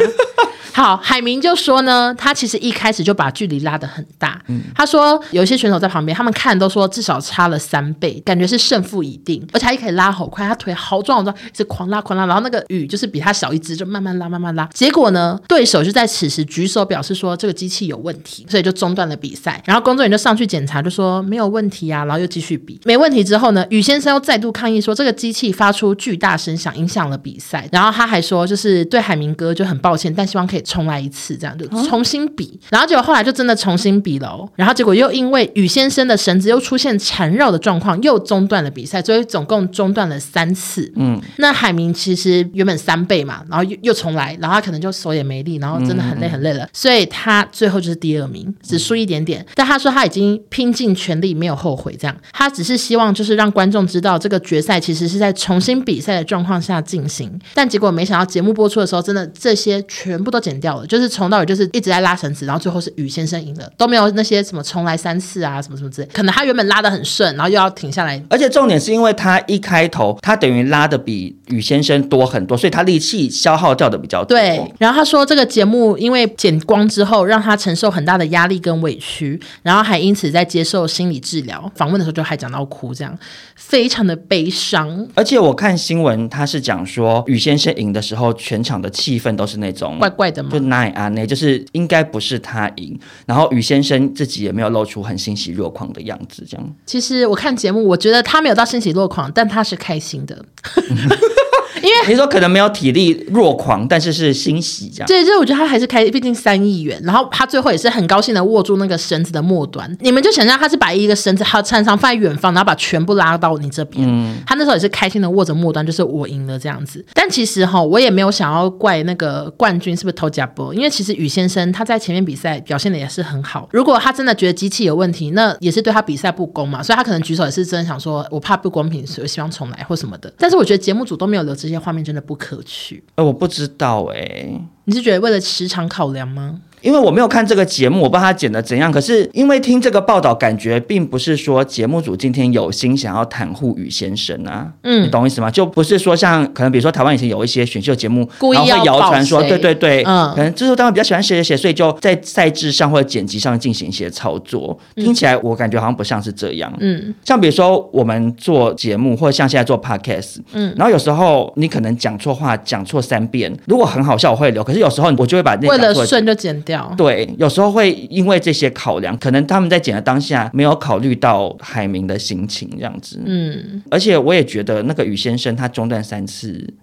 好，海明就说呢，他其实一开始就把距离拉得很大。嗯他说有一些选手在旁边，他们看都说至少差了三倍，感觉是胜负已定。而且他一开始拉好快，他腿好壮好壮，一直狂拉狂拉，然后那个雨就是比他小一只，就慢慢拉慢慢拉。结果呢，对手就在此时举手表示说这个机器有问题，所以就中断了比赛。然后工作人员就上去检查，就说没有问题啊，然后又继续比，没问题之后呢，雨先生又再度抗议说这个机器发出巨大声响，影响了比赛。然后他还说，就是对海明哥就很抱歉，但希望可以重来一次，这样就重新比。然后结果后来就真的重新比了、哦，然后结果又因为雨先生的绳子又出现缠绕的状况，又中断了比赛，所以总共中断了三次。嗯，那海明其实原本三倍嘛，然后又又重来，然后他可能就手也没力，然后真的很累很累了，所以他最后就是第二名，只输一点点。但他说他已经拼尽全力，没有后悔，这样他只是希望就是让观众知道这个决赛其实是在重新比赛的状况下进行。但结果没想到节目播出的时候，真的这些全部都剪掉了，就是从到尾就是一直在拉绳子，然后最后是雨先生赢了，都没有那些什么重来三次啊什么什么之类。可能他原本拉的很顺，然后又要停下来。而且重点是因为他一开头，他等于拉的比宇先生多很多，所以他力气消耗掉的比较多。对，然后他说这个节目因为剪光之后，让他承受很大的压力跟委屈，然后还因此在接受心理治疗。访问的时候就还讲到哭，这样非常的悲伤，而且我看新闻，他是讲说宇先生赢的时候，全场的气氛都是那种怪怪的嘛就。奈安内，就是应该不是他赢。然后宇先生自己也没有露出很欣喜若狂的样子，这样。其实我看节目，我觉得他没有到欣喜若狂，但他是开心的。你说可能没有体力若狂，但是是欣喜这样。对，就是我觉得他还是开，毕竟三亿元，然后他最后也是很高兴的握住那个绳子的末端。你们就想象他是把一个绳子还有缠上放在远方，然后把全部拉到你这边。嗯他那时候也是开心的握着末端，就是我赢了这样子。但其实哈，我也没有想要怪那个冠军是不是偷假波，因为其实宇先生他在前面比赛表现的也是很好。如果他真的觉得机器有问题，那也是对他比赛不公嘛，所以他可能举手也是真的想说，我怕不公平，所以我希望重来或什么的。但是我觉得节目组都没有留这些画面，真的不可取。呃，我不知道哎、你是觉得为了时长考量吗？因为我没有看这个节目，我不知道他剪的怎样。可是因为听这个报道，感觉并不是说节目组今天有心想要袒护宇先生啊，嗯你懂我意思吗？就不是说像可能比如说台湾以前有一些选秀节目，故意然后要会谣保传说，谁对对对，嗯可能制作单位比较喜欢谁谁谁，所以就在赛制上或者剪辑上进行一些操作。听起来我感觉好像不像是这样，嗯，像比如说我们做节目，或者像现在做 podcast，嗯，然后有时候你可能讲错话，讲错三遍，如果很好笑我会留，可是有时候我就会把那为个了讲错的顺就剪掉。对，有时候会因为这些考量，可能他们在剪的当下没有考虑到海明的心情这样子。嗯，而且我也觉得那个宇先生他中断三次，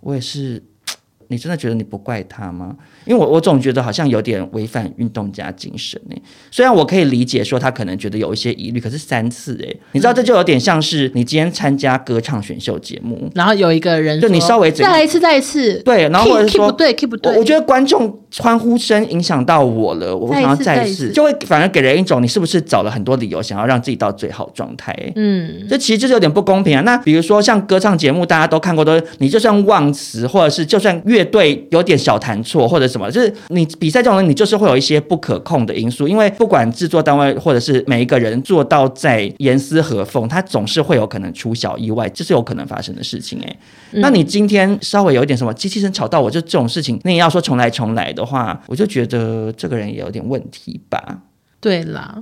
我也是，你真的觉得你不怪他吗？因为我我总觉得好像有点违反运动家精神呢、虽然我可以理解说他可能觉得有一些疑虑，可是三次哎、你知道这就有点像是你今天参加歌唱选秀节目，然后有一个人就你说稍微怎再样来一次，再来一次，对，然后 Keep- 或者 keep 说不对，keep 不对，我我觉得观众欢呼声影响到我了，我再想一要次再再一一次次，就会反而给人一种你是不是找了很多理由想要让自己到最好状态、欸？嗯，这其实就是有点不公平啊。那比如说像歌唱节目，大家都看过，都是你就算忘词，或者是就算乐队有点小弹错或者什么，就是你比赛这种人，你就是会有一些不可控的因素。因为不管制作单位或者是每一个人做到再严丝合缝，他总是会有可能出小意外，这是有可能发生的事情哎、嗯那你今天稍微有一点什么机器声吵到我，就这种事情，那你要说重来重来的话，我就觉得这个人也有点问题吧？ 对啦，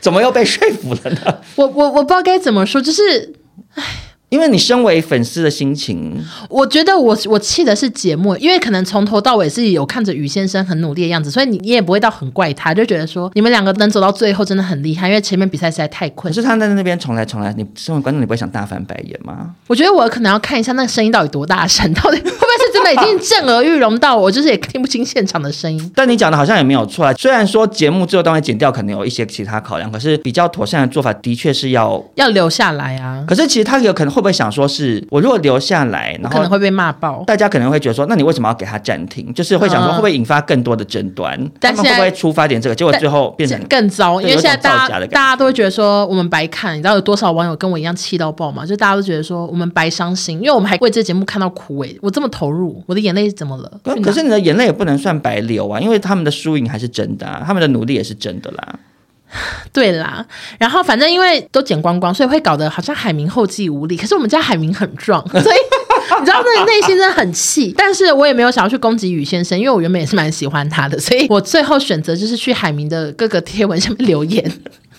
怎么又被说服了呢？ 我我我不知道该怎么说，就是因为你身为粉丝的心情，我觉得我我气的是节目，因为可能从头到尾是有看着于先生很努力的样子，所以你你也不会到很怪他，就觉得说你们两个能走到最后真的很厉害，因为前面比赛实在太可困。是他在那边重来重来，你身为观众，你不会想大翻白眼吗？我觉得我可能要看一下那个声音到底多大声，到底会不会是真的已经震耳欲聋到我就是也听不清现场的声音。但你讲的好像也没有错啊。虽然说节目最后当然剪掉，可能有一些其他考量，可是比较妥善的做法的确是要。要留下来啊，可是其实他有可能会不会想说是，我如果留下来，我然可能后会被骂爆。大家可能会觉得说，那你为什么要给他暂停？就是会想说嗯会不会引发更多的争端？但他们会不现在会出发点这个？结果最后变成这更糟，因对为有现在种造大假家的大感觉。家都会觉得说我们白看，你知道有多少网友跟我一样气到爆吗？就大家都觉得说我们白伤心，因为我们还为这节目看到枯萎，我这么投入，我的眼泪怎么了？可去哪可是你的眼泪也不能算白流啊，因为他们的输赢还是真的啊，他们的努力也是真的啦。对啦，然后反正因为都剪光光，所以会搞得好像海明后继无力。可是我们家海明很壮， 所以你知道那内心真的很气。但是我也没有想要去攻击宇先生，因为我原本也是蛮喜欢他的，所以我最后选择就是去海明的各个贴文下面留言。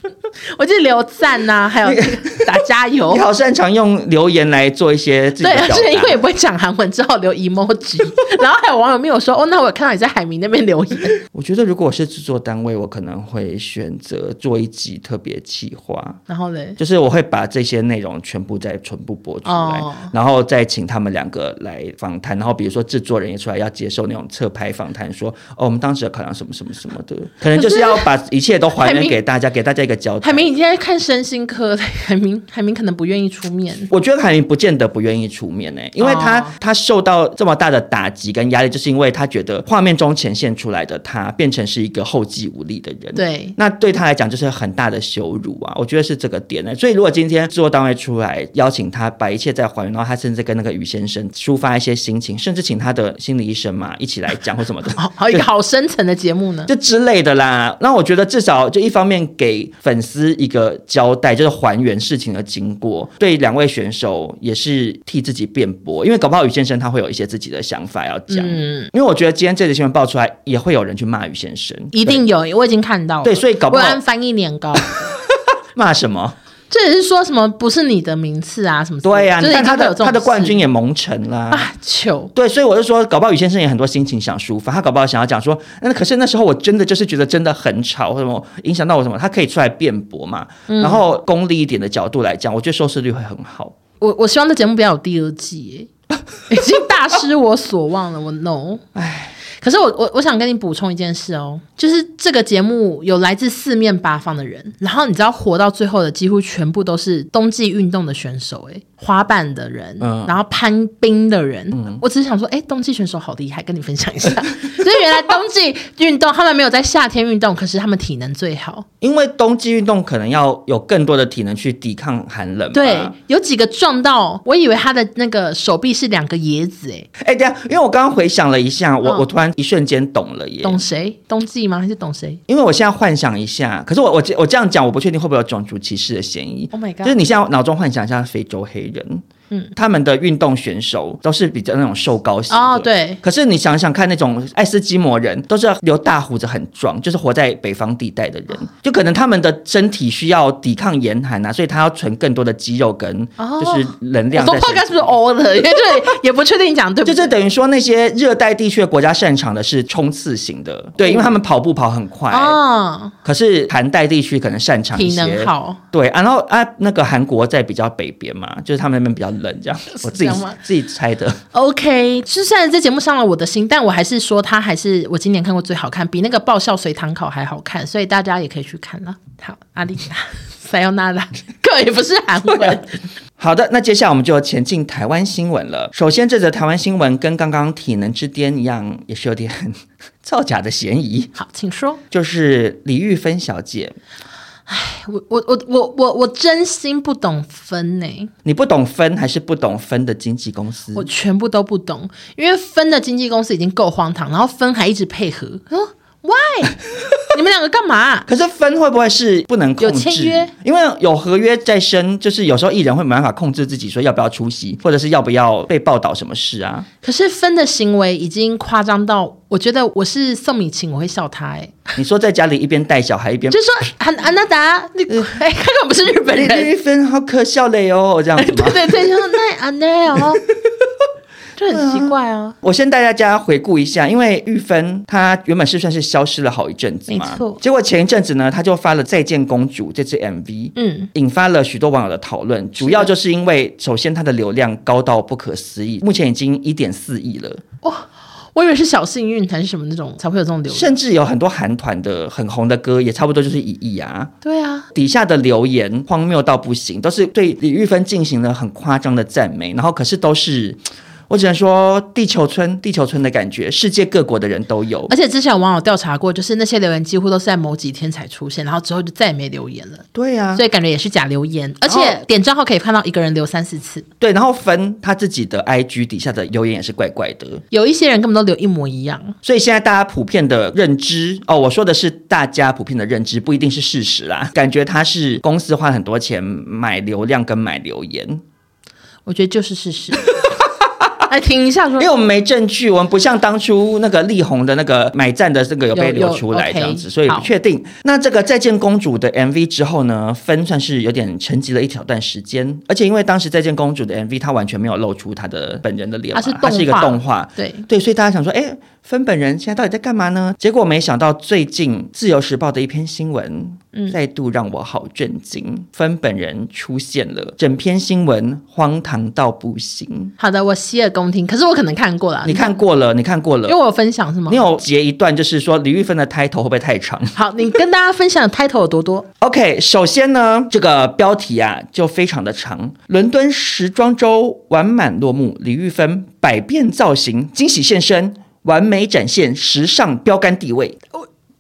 我就留赞呐、还有那个打加油 你。好擅长用留言来做一些自己哦对，的而表且因达为。也不会讲韩文，只好留 emoji。然后 还有网友没有说，哦，那我有看到你在海明那边留言， 我觉得如果我是制作单位，我可能会选择做一集特别企划，然后嘞，就是我会把这些内容全部再全部播出来，哦然后再请他们两个来访谈，然后比如说制作人也出来要接受那种侧拍访谈，说哦我们当时有考量什么什么什么的，可能就是要把一切都还海原明给大家，给大家一个交代。海明，你现在看身心科，海明，海明可能不愿意出面。我觉得海明不见得不愿意出面呢、因为他、哦他受到这么大的打击跟压力，就是因为他觉得画面中呈现出来的他变成是一个后继无力的人。。对，那对他来讲就是很大的羞辱啊！我觉得是这个点呢。所以如果今天制作单位出来邀请他把一切再还原，然后他甚至跟那个于先生抒发一些心情，甚至请他的心理医生嘛一起来讲或什 么的，好好一个好深层的节目呢。就之类的啦。那我觉得至少就一方面给粉丝一个交代，就是还原事情的经过，对两位选手也是替自己辩驳，因为搞不好宇先生他会有一些自己的想法要讲。嗯，因为我觉得今天这则新闻爆出来，也会有人去骂宇先生，一定有，我已经看到了。对所以搞不好我按翻译年糕， 对骂什么？这也是说什么不是你的名次啊，什么之类的对呀、啊，就你是看他一定会有的这种他的冠军事也蒙尘啦。啊，糗。对，所以我就说，搞不好宇先生也很多心情想抒发，他搞不好想要讲说，那可是那时候我真的就是觉得真的很吵，或什么影响到我什么，他可以出来辩驳嘛。嗯然后功利一点的角度来讲，我觉得收视率会很好。我我希望这节目不要有第二季、欸，已经大失我所望了。我 no，哎，可是我我我想跟你补充一件事哦，就是这个节目有来自四面八方的人，然后你知道活到最后的几乎全部都是冬季运动的选手、欸，哎，滑板的人，嗯然后攀冰的人，我只是想说，哎、冬季选手好厉害，跟你分享一下， 就是原来冬季运动他们没有在夏天运动，可是他们体能最好。因为冬季运动可能要有更多的体能去抵抗寒冷。对，，有几个撞到，我以为他的那个手臂是两个椰子、欸，哎。哎，等一下，因为我刚刚回想了一下，我、嗯我突然一瞬间懂了耶。懂谁？冬季吗？还是懂谁因为我现在幻想一下，可是我我这我这样讲，我不确定会不会有种族歧视的嫌疑。 ？Oh my 就是 god！你现在脑中幻想一下非洲黑人，嗯，他们的运动选手都是比较那种瘦高型的哦，。对，可是你想想看，那种爱斯基摩人都是留大胡子、很壮，就是活在北方地带的人，哦就可能他们的身体需要抵抗严寒啊，所以他要存更多的肌肉跟哦就是能我量说在不知道身体。该是不是欧的，因为这也不确定讲对不就对，是等于说，那些热带地区的国家擅长的是冲刺型的，对，因为他们跑步跑很快，嗯哦，可是寒带地区可能擅长一体些能好。对，啊然后啊，那个韩国在比较北边嘛，就是他们那边比较冷，这样我自这己样吗自己猜的。 OK，是虽然这节目伤了我的心，但我还是说它还是我今年看过最好看，比那个爆笑随堂考还好看，所以大家也可以去看了。好，阿丽娜， 塞欧娜拉，个也不是韩啊文，好的，那接下来我们就前进台湾新闻了。首先，这则台湾新闻跟刚刚体能之巅一样，也是有点 造假的嫌疑，好，请说。就是李玉芬小姐，我我我我我我真心不懂分欸呢、你不懂分还是不懂分的经纪公司？我全部都不懂，因为分的经纪公司已经够荒唐，然后分还一直配合，哦，why？你们两个干嘛、可是分会不会是不能控制？有签约因为有合约在身，就是有时候艺人会没办法控制自己，说要不要出席，或者是要不要被报道什么事啊？可是分的行为已经夸张到，我觉得我是宋米晴，我会笑他、欸，你说在家里一边带小孩一边就，是说安安娜达，你哎，看看不是日本 李人，玉芬好可笑嘞哦，这样子吗哎对？对对，就说那安奈哦，就很奇怪啊。我先带大家回顾一下，因为玉芬她原本是算是消失了好一阵子嘛，没错结果前一阵子呢，她就发了《再见公主》这支 MV，嗯，引发了许多网友的讨论，主要就是因为首先她的流量高到不可思议，目前已经一点四亿了，我以为是小幸运还是什么那种才会有这种流量。甚至有很多韩团的很红的歌也差不多就是一亿啊。对啊，底下的留言荒谬到不行，都是对李玉芬进行了很夸张的赞美，然后可是都是。我只能说，地球村，地球村的感觉，世界各国的人都有而。且之前有网友调查过，就是那些留言几乎都是在某几天才出现，然后之后就再也没留言了，对呀、啊所，以感觉也是假留言。而哦且点账号可以看到一个人留三四次，对。然后分他自己的 IG 底下的留言也是怪怪的，有一些人根本都留一模一样。所以现在大家普遍的认知，哦，我说的是大家普遍的认知，不一定是事实啦。感觉他是公司花很多钱买流量跟买留言，我觉得就是事 实。来听一下说因为，我们没证据，我们不像当初那个力宏的那个买站的这个有被流出有来有这样 OK，子，所以好不确定。那这个再见公主的 MV 之后呢，分算是有点沉寂了一小段时间，而且因为当时再见公主的 MV 她完全没有露出她的本人的脸啊嘛，它是它是一个动画动画，对，对，所以大家想说，哎，分本人现在到底在干嘛呢？结果没想到最近《自由时报》的一篇新闻，嗯再度让我好震惊，分本人出现了，整篇新闻荒唐到不行。好的，我洗耳恭听。可是我可能看过了，你看过了，你看过了因为，我有分享是吗你？有截一段，就是说李玉芬的 title 会不会太长好，你跟大家分享 title 有多 多？ ？OK，首先呢，这个标题啊就非常的长。伦敦时装周完满落幕，李玉芬百变造型惊喜现身，完美展现时尚标杆地位。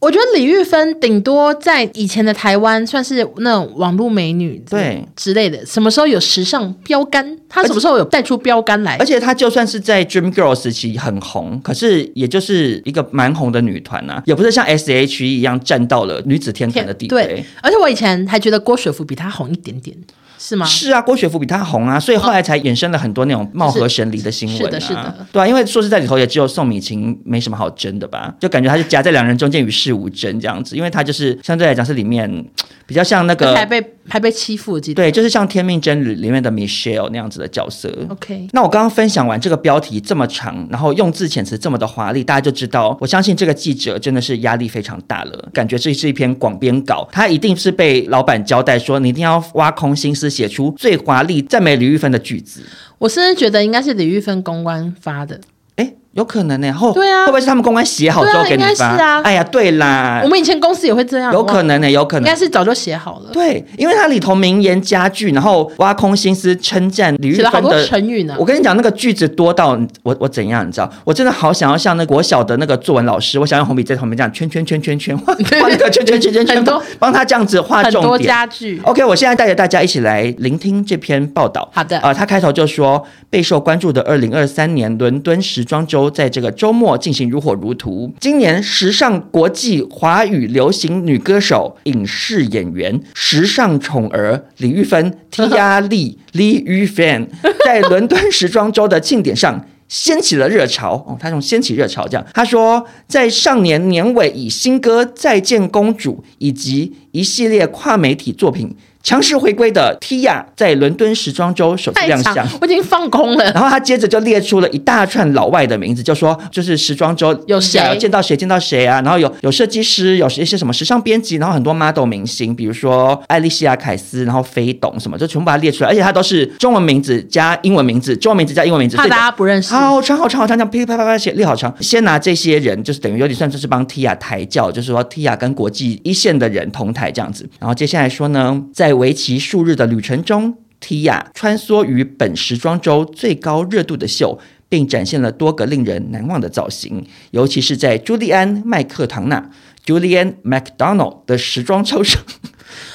我觉得李玉芬顶多在以前的台湾算是那种网络美女对之类的，什么时候有时尚标杆？她什么时候有带出标杆来而？且她就算是在 Dream Girl 时期很红，可是也就是一个蛮红的女团啊，也不是像 S.H.E 一样站到了女子天团的地对位。，而且我以前还觉得郭雪芙比她红一点点，是吗？嗯是啊，郭雪芙比她红啊，所以后来才衍生了很多那种貌合神离的新闻、啊是的是的，对啊，因为说实在里头也只有宋美琴没什么好争的吧，就感觉她是夹在两人中间与世无争这样子，因为她就是相对来讲是里面嘖比较像那而且还个被还被欺负，我记得。对，就是像《天命真理》里面的 Michelle 那样子的角色。 OK，那我刚刚分享完这个标题这么长，然后用字遣词这么的华丽，大家就知道，我相信这个记者真的是压力非常大了。感觉这是一篇广编稿，他一定是被老板交代说，你一定要挖空心思写出最华丽赞美李玉芬的句子。我甚至觉得应该是李玉芬公关发的。哎，有可能呢、后对啊会不会是他们公关写好之对后啊给你应该是发？啊哎呀，对啦我，们以前公司也会这样，有可哇能呢、有可应能该。是早就写好了，啊对，因为它里头名言佳句，然后挖空心思称赞李玉写了好芬多的成语呢我。跟你讲，那个句子多到我我怎样，你知道？我真的好想要像那国小的那个作文老师，我想用红笔在旁边这样圈圈圈圈圈 画画那个圈圈圈圈圈，很多帮他这样子画很重多点。哦家具， OK，我现在带着大家一起来聆听这篇报道。好的呃，他开头就说，备受关注的2023年伦敦时装周都在这个周末进行如火如荼。今年时尚国际华语流行女歌手、影视演员、时尚宠儿李玉芬 （Tia Lee） 李玉芬在伦敦时装周的庆典上。掀起了热潮哦，他用掀起热潮这样。他说，在上年年尾以新歌《再见公主》以及一系列跨媒体作品强势回归的 Tia 在伦敦时装周首次太亮长相。，我已经放空 了。然后他接着就列出了一大串老外的名字，就说就是时装周有谁有见到谁见到谁啊，然后有有设计师，有一些什么时尚编辑，然后很多 model 明星，比如说艾丽西亚凯斯，然后飞董什么，就全部把它列出来，而且它都是中文名字加英文名字，中文名字加英文名字，怕所以大家不认识，好长好长好长，这样噼里啪啦啪啦写列好长。先拿这些人，就是等于有点算就是帮 Tia 抬轿，就是说 Tia 跟国际一线的人同台这样子。然后接下来说呢，在为期数日的旅程中，Tia 穿梭于本时装周最高热度的秀。并展现了多个令人难忘的造型，尤其是在朱利安·麦克唐纳 （Julian McDonald） 的时装秀上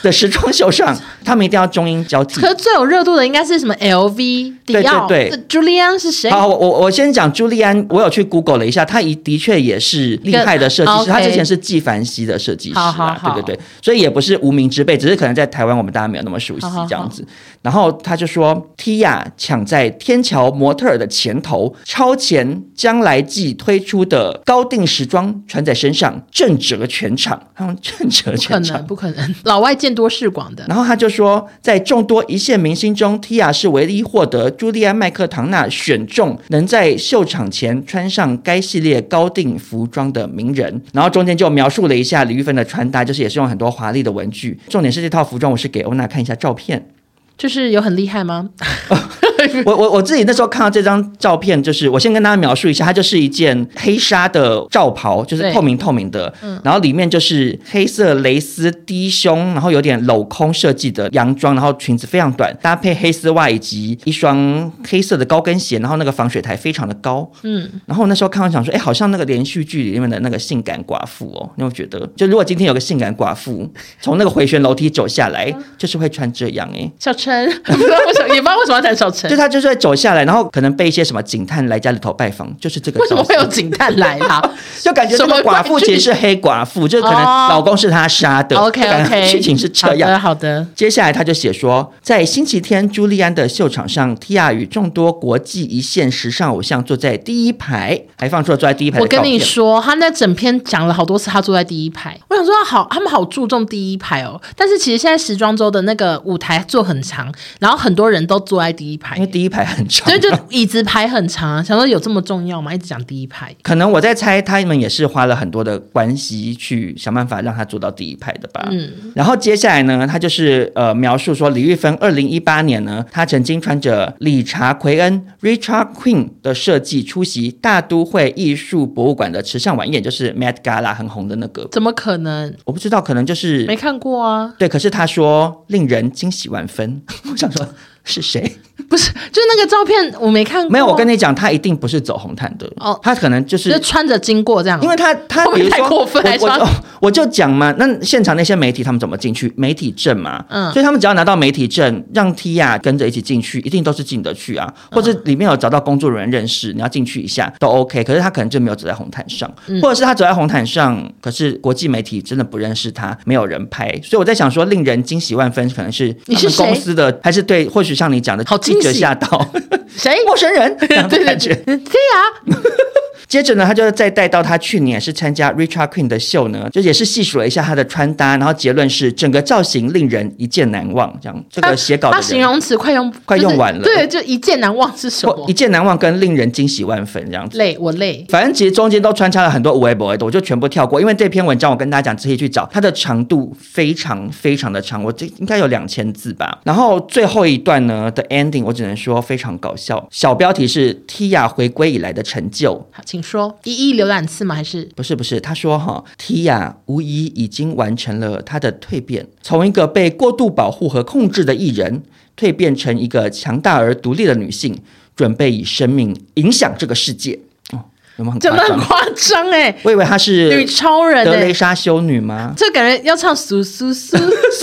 的时装秀上，他们一定要中英交替。可是最有热度的应该是什么 LV、迪对奥、对这 Julian 是谁？好，我我我先讲朱利安，我有去 Google 了一下，他一的确也是厉害的设计一个哦师， OK 他之前是纪梵希的设计师啊，好好好对对对，所以也不是无名之辈，只是可能在台湾我们大家没有那么熟悉好好好这样子。然后他就说，Tia 抢在天桥模特儿的前头，超前将来季推出的高定时装穿在身上，震折全场， 他们震折不可全场能，。不可能，老外见多识广的。然后他就说，在众多一线明星中，Tia 是唯一获得朱莉安·麦克唐纳选中，能在秀场前穿上该系列高定服装的名人。然后中间就描述了一下李玉芬的穿搭，就是也是用很多华丽的文具。重点是这套服装，我是给欧娜看一下照片。就是有很厉害吗？ 我我我自己那时候看到这张照片，就是我先跟大家描述一下，它就是一件黑纱的罩袍，就是对嗯透明透明的，然后里面就是黑色蕾丝低胸，然后有点镂空设计的洋装，然后裙子非常短，搭配黑丝袜以及一双黑色的高跟鞋，然后那个防水台非常的高，嗯，然后我那时候看完想说，哎，好像那个连续剧里面的那个性感寡妇哦，你有没有觉得，就如果今天有个性感寡妇从那个回旋楼梯走下嗯来，就是会穿这样哎、小陈， 不知道为什么，也不知道为什么要谈小陈就，他就是会走下来，然后可能被一些什么警探来家里头拜访，就是这个为什么造会型。有警探来啦？ 就感觉这个什么寡妇怪其实是黑寡妇，就可能哦老公是她杀的。 OK 就感觉 OK，剧情是这样。好的，好的接下来他就写说，在星期天朱利安的秀场上，Tia 与众多国际一线时尚偶像坐在第一排，还放出了坐在第一排我的照片。跟你说，他那整篇讲了好多次，他坐在第一排。我想说好，他们好注重第一排哦。但是其实现在时装周的那个舞台做很长，然后很多人都坐在第一排因为，第一排很长所。以就椅子排很长啊。想说有这么重要吗？一直讲第一排，可能我在猜，他们也是花了很多的关系去想办法让他坐到第一排的吧。嗯，然后接下来呢，他就是呃描述说，李玉芬二零一八年呢，她曾经穿着理查奎恩 （Richard Queen） 的设计出席大都会艺术博物馆的慈善晚宴，就是 Met Gala 很红的那个。怎么可能？我不知道，可能就是没看过啊，对，可是他说令人惊喜万分。 我想说是谁？不是，就是那个照片我没看过。啊没有，我跟你讲，他一定不是走红毯的。哦他可能就就是穿着经过这样，因为他他会不比嗯会如说太过分还我我穿就我就讲嘛，那现场那些媒体他们怎么进去？媒体证嘛，嗯所以他们只要拿到媒体证，让 Tia 跟着一起进去，一定都是进得去啊。嗯或者里面有找到工作人员认识，你要进去一下都 OK。可是他可能就没有走在红毯上，嗯或者是他走在红毯上，可是国际媒体真的不认识他，没有人拍。所以我在想说，令人惊喜万分，可能是你他是们谁公司的，还是对，或许像你讲的，好惊喜一觉 吓到谁？陌生人，这样的对对感觉对，对啊呀，接着呢，他就再带到他去年是参加 Richard Queen 的秀呢，就也是细数了一下他的穿搭，然后结论是整个造型令人一见难忘。这样，这他个写稿的他形人容词快用快用就是完了对，就一见难忘是什或么一？见难忘跟令人惊喜万分这样子。累，我累。反正其实中间都穿插了很多无微不微的，我就全部跳过，因为这篇文章我跟大家讲，自己去找，它的长度非常非常的长，我这应该有两千字吧。然后最后一段呢的 ending，我只能说非常搞笑。小标题是 Tia 回归以来的成就，好，请说，一亿浏览次吗？还是不是不是，他说哈，Tia 无疑已经完成了她的蜕变，从一个被过度保护和控制的艺人，蜕变成一个强大而独立的女性，准备以生命影响这个世界。哦，有没有 很真夸的很张？夸张哎，我以为她是女超人德哎、蕾莎修女吗？就感觉要唱苏苏 苏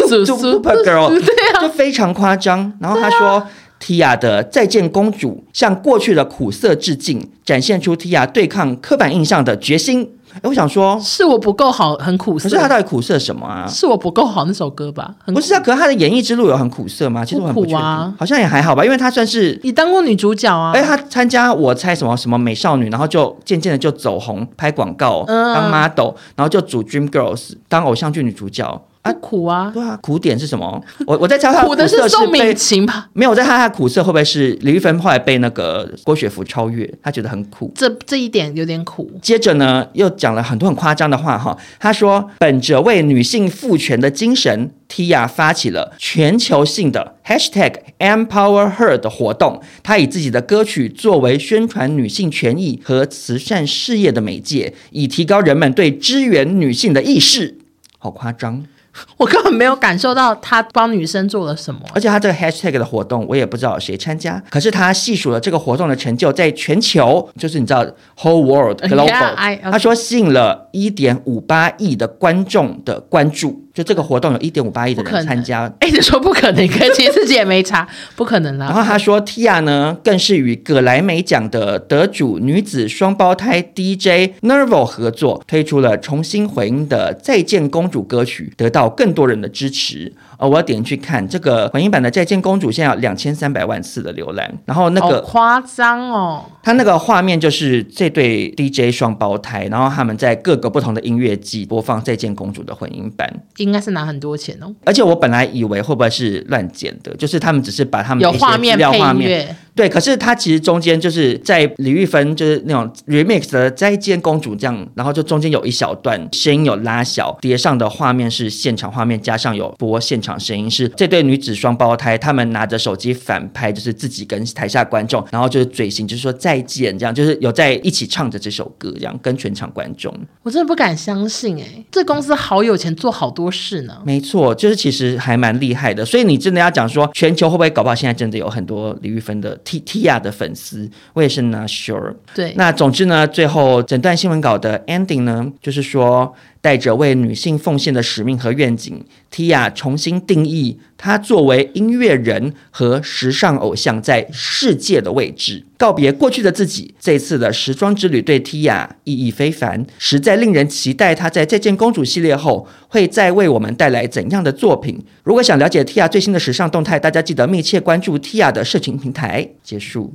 苏苏 Super Girl，对啊就，非常夸张。然后他说。提亚的《再见公主》向过去的苦涩致敬，展现出提亚对抗刻板印象的决心。哎，我想说，是我不够好，很苦可涩。是他到底苦涩什么啊？是我不够好那首歌吧？很不是啊，可是他的演艺之路有很苦涩吗？其实我很不确定，不苦啊好像也还好吧，因为他算是，你当过女主角啊？哎，他参加我猜什么什么美少女，然后就渐渐的就走红，拍广告，嗯当 model，然后就组 Dream Girls 当偶像剧女主角。啊不，苦啊，对啊，苦点是什么？我我在猜他 苦的涩是宋被敏晴吧？没有，我在他他苦涩会不会是李玉芬后来被那个郭雪芙超越？他觉得很苦。这这一点有点苦，接着呢，又讲了很多很夸张的话哈。他说，本着为女性赋权的精神，Tia 发起了全球性的 Hashtag Empower Her 的活动。她以自己的歌曲作为宣传女性权益和慈善事业的媒介，以提高人们对支援女性的意识。好夸张！我根本没有感受到她帮女生做了 什么。而且他这个 hashtag 的活动，我也不知道谁参加，可是他细数了这个活动的成就，在全球就是你知道 whole world global，、 Yeah, 哎 I- okay. 他说吸引了一点五八亿的观众的关注，就这个活动有一点五八亿的不可人能参加。哎、你说不可能，可是其实自己也没 查，不可能然啦。后他说，Tia 呢，更是与葛莱美奖的得主女子双胞胎 DJ Nervo 合作，推出了重新回应的《再见公主》歌曲，得到更多人的支持。呃，我要点去看这个混音版的《再见公主》，现在有两千三百万次的浏览。然后那好个夸张哦！它那个画面就是这对 DJ 双胞胎，然后他们在各个不同的音乐季播放《再见公主》的混音版。应该是拿很多钱哦，而且我本来以为会不会是乱剪的，就是他们只是把他们的有一些画面资料配画面乐，对，可是他其实中间就是在李玉芬就是那种 remix 的《再见公主》这样，然后就中间有一小段声音有拉小，叠上的画面是现场画面，加上有播现场声音，是这对女子双胞胎，她们拿着手机反拍，就是自己跟台下观众，然后就是嘴型就是说再见这样，就是有在一起唱着这首歌这样，跟全场观众。我真的不敢相信哎、这公司好有钱，做好多事呢。没错，就是其实还蛮厉害的。所以你真的要讲说，全球会不会搞不好现在真的有很多李玉芬的 T T 亚的粉丝，我也是 not sure。对，那总之呢，最后整段新闻稿的 ending 呢，就是说，带着为女性奉献的使命和愿景，Tia 重新定义她作为音乐人和时尚偶像在世界的位置，告别过去的自己。这次的时装之旅对 Tia 意义非凡，实在令人期待她在《再见公主》系列后会再为我们带来怎样的作品。如果想了解 Tia 最新的时尚动态，大家记得密切关注 Tia 的社群平台。结束。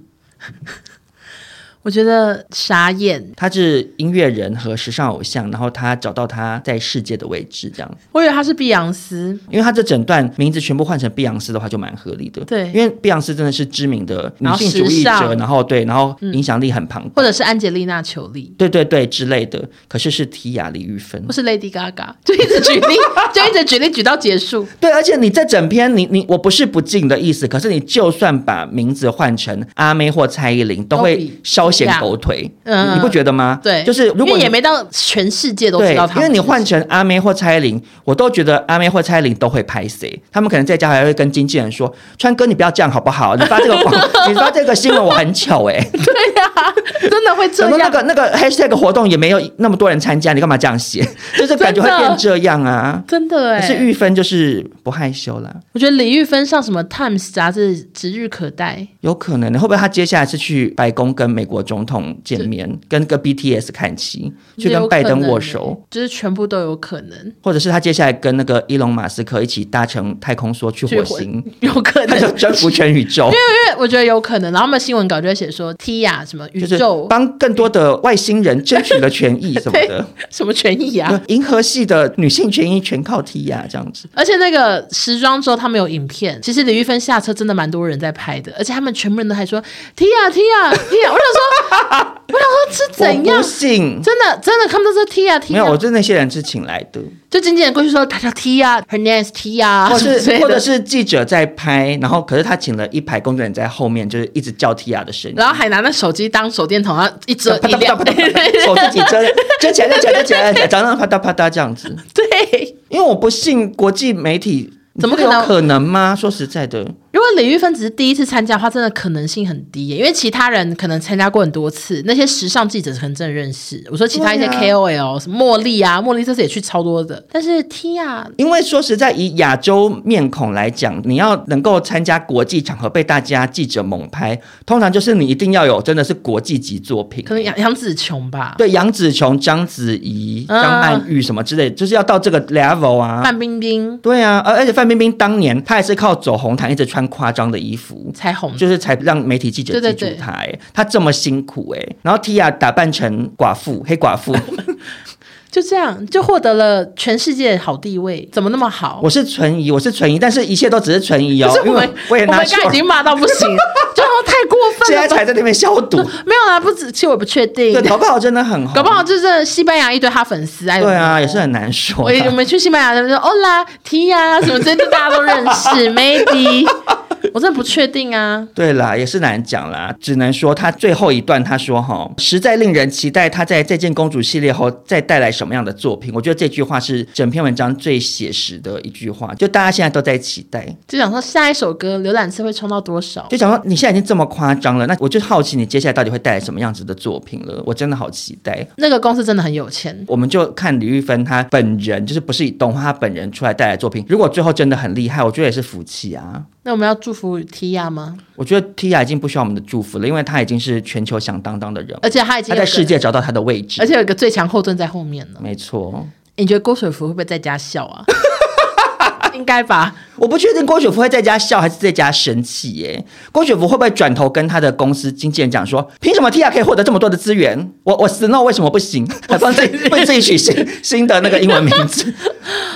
我觉得傻眼，他是音乐人和时尚偶像，然后他找到他在世界的位置，这样。我以为他是碧昂斯，因为他这整段名字全部换成碧昂斯的话，就蛮合理的。对因为碧昂斯真的是知名的女然后性主义时尚嗯者，然后对，然后影响力很庞大，或者是安吉丽娜·裘丽，对对对之类的。可是是提亚李玉芬或，是 Lady Gaga，就一直举 例，就一直举例举到结束。对，而且你在整篇，你你我不是不敬的意思，可是你就算把名字换成阿妹或蔡依林，都都会比稍显一样狗腿，嗯你你不觉得吗？对，就是如因果为你也没到全世界都对知道，他因们为你换成阿妹或蔡依林，我都觉得阿妹或蔡依林都会拍谁，他们可能在家还会跟经纪人说：“川哥，你不要这样好不好？你发这个 广，你发这个新闻我很糗哎、欸。对呀、真的会” 这怎么那样。个那个 hashtag 活动也没有那么多人参加，你干嘛这样写？就是感觉会变这样啊。真的哎、可是玉芬就是不害羞啦，我觉得李玉芬上什么《Times》杂志指日可待，有可能会不会她接下来是去白宫跟美国总统见面，跟个 BTS 看齐，去跟拜登握有可能手欸，，就是全部都有可能，或者是她接下来跟那个伊隆马斯克一起搭乘太空梭去火去火星。有可他 能，就征服全 宇宙，因为我觉得有可能。然后他们新闻稿就会写说 Tia 什么宇就是宙、帮更多的外星人争取了权益什么的。 什么权益啊，银河系的女性权益全靠 T 呀，这样子。而且那个时装周他们有影片，其实李玉芬下车真的蛮多人在拍的，而且他们全部人都还说 Tia Tia Tia，我想说， 我想说是怎我样不？信？真的真的，他们都是 Tia 没有，我 Tia，就是那些人是请来的，就经纪人过去说他叫 Tia，her name is Tia，或什么之是类或啊的者是记者在拍，然后可是他请了一排工作人员在后面，就是一直叫 T 呀的声音。然后还拿那手机当手电筒，然后一就遮啪一嗒啪嗒亮啪，嗒啪嗒，手自己遮遮起来，遮起来，遮起来， 遮起来然后啪嗒啪嗒这样子。 对，因为我不信国际媒体，怎么这个可有能可能吗？说实在的，因为如果李玉芬只是第一次参加的话，真的可能性很低耶，因为其他人可能参加过很多次，那些时尚记者可能真的认识。我说其他一些对啊 KOL，、什么茉莉啊，茉莉这次也去超多的，但是 Tia 因为说实在，以亚洲面孔来讲，你要能够参加国际场合被大家记者猛拍，通常就是你一定要有真的是国际级作品。可能杨杨紫琼吧，对杨紫琼、章子怡、嗯张曼玉什么之类，就是要到这个 level 啊。范冰冰对啊，而而且范冰冰当年她也是靠走红毯，一直穿夸张的衣服，才红的，就是才让媒体记者对记对对住她、欸。她这么辛苦哎、然后 Tia 打扮成寡妇、黑寡 妇，就这样就获得了全世界好地位，怎么那么好？我是存疑，我是存疑，但是一切都只是存疑哦可，是因我为们我也我拿们手刚。刚已经骂到不 行，就好像太过现分了在吧。才在那边消毒，没有啦，不止，其实我也不确定对，，搞不好真的很红，搞不好就是西班牙一堆他粉丝，哎，对啊，也是。很难说我啊。我们去西班牙的时候，哦啦提啊 什么这些大家都认识，maybe，我真的不确定啊。对啦，也是难讲啦，只能说他最后一段他说哈，实在令人期待他在《再见公主》系列后再带来什么样的作品。我觉得这句话是整篇文章最写实的一句话，就大家现在都在期待，就想说下一首歌浏览次会冲到多少？就想说你现在已经这么夸张了，那我就好奇你接下来到底会带来什么样子的作品了，我真的好期待。那个公司真的很有钱，我们就看李玉芬她本人，就是不是以动画她本人出来带来作品。如果最后真的很厉害，我觉得也是福气啊。那我们要祝福 Tia 吗？我觉得 Tia 已经不需要我们的祝福了，因为她已经是全球响当当的人物，而且他已经她有个在世，界找到她的位置。而且有一个最强后盾在后面呢。没错，你觉得郭水福会不会在家笑啊？ 应该吧。我不确定郭雪芙会在家笑还是在家生气耶。郭雪芙会不会转头跟她的公司经纪人讲说，凭什么 Tia 可以获得这么多的资源，我我 Snow 为什么不 行？还帮自己为自己取新新的那个英文名字，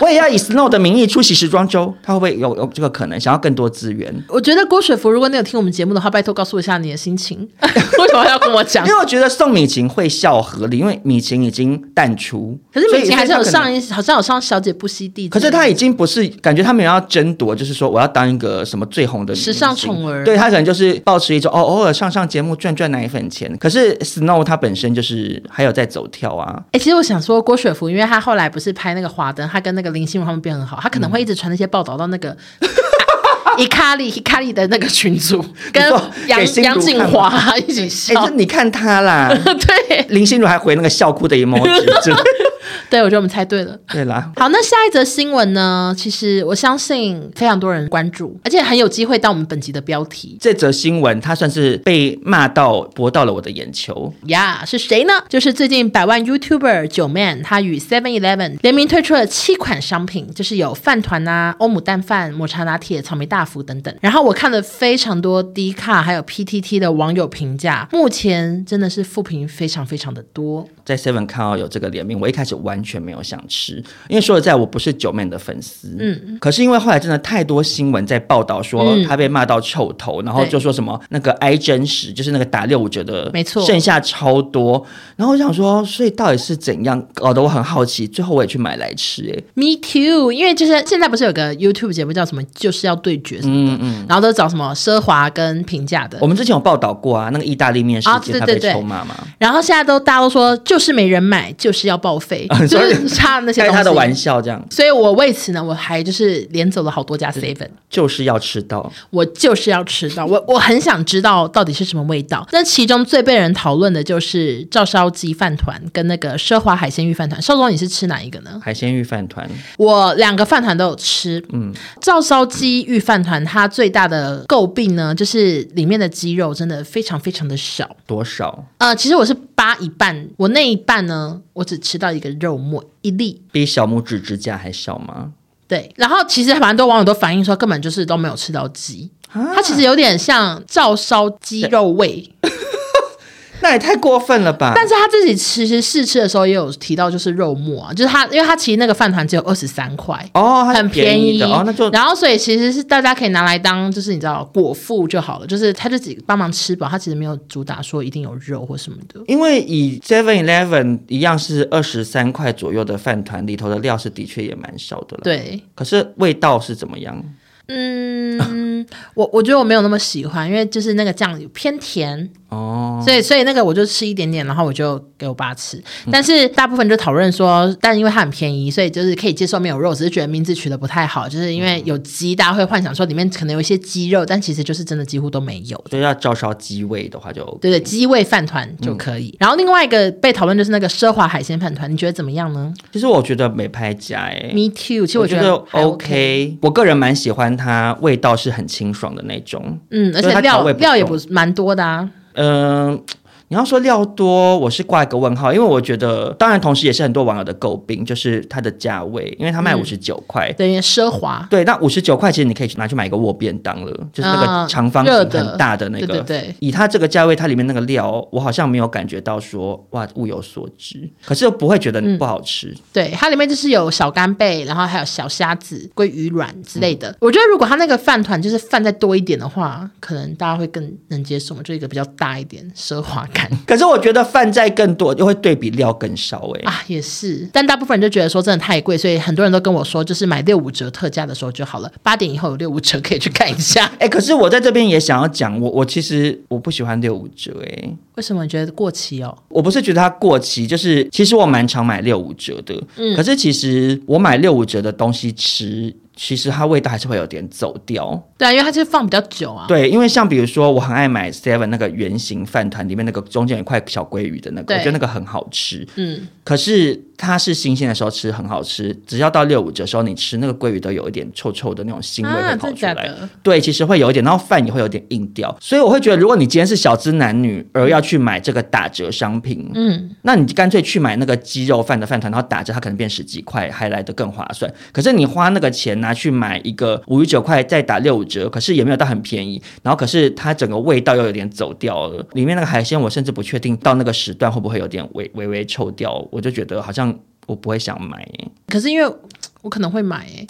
我也要以 Snow 的名义出席时装周，她会不会有有这个可能，想要更多资源？我觉得郭雪芙，如果你有听我们节目的话，拜托告诉我一下你的心情， 为什么要跟我讲因？为我觉得宋米琴会笑合理，因为米琴已经淡出，可是米所以奇还是她有可能上一，好像有上《小姐不惜地》之类的，可是他已经不是感觉他们要争夺，就是说我要当一个什么最红的时尚明星宠儿对他可能就是保持一种哦，偶尔上上节目赚赚奶粉钱。可是 Snow 他本身就是还有在走跳啊，哎、其实我想说，郭雪芙，因为她后来不是拍那个《华灯》，她跟那个林心如他们变很好，她可能会一直传那些报道到那个嗯 伊卡利伊卡利的那个群组，跟说杨给心如杨景看吗华一起哎、笑这。你看他啦， 对林心如还回那个笑哭的 emoji，就对，我觉得我们猜对了。对啦。好，那下一则新闻呢？其实我相信非常多人关注，而且很有机会当我们本集的标题这则新闻，他算是被骂到博到了我的眼球。呀是谁呢？就是最近百万 YouTuber 九 man，他与 Seven Eleven 联名推出了七款商品，就是有饭团啊、欧姆蛋饭、抹茶拿铁、草莓大福等等。然后我看了非常多 D 卡还有 PTT 的网友评价，目前真的是负评非常非常的多。在 Seven 看到有这个联名，我一开始完全没有想吃，因为说实在，我不是九妹的粉丝。嗯，可是因为后来真的太多新闻在报道说嗯她被骂到臭头，然后对就说什么那个 i 真实就是那个打六五折的，没错剩下超多。然后我想说，所以到底是怎样搞得我很好奇，最后我也去买来吃、欸， Me too，因为就是现在不是有个 YouTube 节目叫什么，就是要对决什么嗯的，然后都找什么奢华跟平价的我，们之前有报道过啊，那个意大利面事啊件，对她对被对臭骂嘛，然后现在都大家都说就是没人买，就是要报 废，就啊所以是差那些开东西。她的玩笑，这样所以我为此呢，我还就是连走了好多家 seven，就是要吃到。我就是要吃到，我我很想知道到底是什么味道。那其中最被人讨论的就是照烧鸡饭团跟那个奢华海鲜玉饭团。少总，你是吃哪一个呢？海鲜玉饭团，我两个饭团都有吃，嗯，照烧鸡玉饭团它最大的诟病呢，就是里面的鸡肉真的非常非常的少。多少呃，其实我是扒一半，我那一半呢，我只吃到一个肉末一粒，比小拇指指甲还小吗？对，然后其实蛮多网友都反映说，根本就是都没有吃到鸡，啊它其实有点像照烧鸡肉味，那也太过分了吧！但是他自己其实试吃的时候也有提到，就是肉末啊，就是他，因为他其实那个饭团只有二十三块。哦，它是很便宜宜的哦，那就然后所以其实是大家可以拿来当就是你知道果腹就好了，就是他就只帮忙吃饱，他其实没有主打说一定有肉或什么的。因为以 Seven Eleven 一样是二十三块左右的饭团，里头的料是的确也蛮少的了。，对，可是味道是怎么样？嗯，我我觉得我没有那么喜欢，因为就是那个酱油偏甜，哦，所以所以那个我就吃一点点，然后我就给我爸吃。嗯但是大部分就讨论说，但因为它很便宜，所以就是可以接受没有肉，只是觉得名字取得不太好，就是因嗯为有鸡，大家会幻想说里面可能有一些鸡肉，但其实就是真的几乎都没有。所以要照烧鸡味的话就 OK 对对，鸡味饭团就可嗯以。然后另外一个被讨论就是那个奢华海鲜饭团，你觉得怎么样呢其实我觉得美拍家哎、 ？Me too，其实我觉觉得还 OK，我个人蛮喜欢它，味道是很清爽的那种。嗯，而就是且它料调味不料也重不是蛮多的啊。嗯、你要说料多，我是挂一个问号，因为我觉得，当然，同时也是很多网友的诟病，就是它的价位，因为它嗯卖五十九块。对，因为奢华，对，那五十九块其实你可以拿去买一个握便当了，就是那啊个长方形热的很大的那个。对对对以它这个价位，它里面那个料，哦我好像没有感觉到说哇物有所值，可是又不会觉得嗯不好吃。对，它里面就是有小干贝，然后还有小虾子、鲑鱼卵之类的。我觉得如果它那个饭团就是饭再多一点的话，可能大家会更能接受嘛，就一个比较大一点奢华 感可是我觉得饭再更多，就会对比料更少哎、啊，也是。但大部分人就觉得说真的太贵，所以很多人都跟我说，就是买六五折特价的时候就好了，八点以后有六五折可以去看一下。哎、可是我在这边也想要讲，我我其实我不喜欢六五折哎、 为什么你觉得过期哦？我不是觉得它过期，就是其实我蛮常买六五折的，嗯可是其实我买六五折的东西吃，其实它味道还是会有点走掉。对啊，因为它就是放比较久啊。对，因为像比如说，我很爱买 Seven 那个圆形饭团，里面那个中间有一块小鲑鱼的那个，对我觉得那个很好吃。嗯，可是它是新鲜的时候吃很好吃，只要到六五折的时候你吃那个鲑鱼都有一点臭臭的那种腥味啊，会真跑的出假来。的？对，其实会有一点，然后饭也会有点硬掉，所以我会觉得，如果你今天是小资男女而要去买这个打折商品，嗯，那你干脆去买那个鸡肉饭的饭团，然后打折，它可能变十几块，还来得更划算。可是你花那个钱拿去买一个五十九块，再打六五折，可是也没有到很便宜。然后可是它整个味道又有点走掉了，里面那个海鲜我甚至不确定到那个时段会不会有点微微微臭掉，我就觉得好像我不会想买耶。可是因为我可能会买、欸，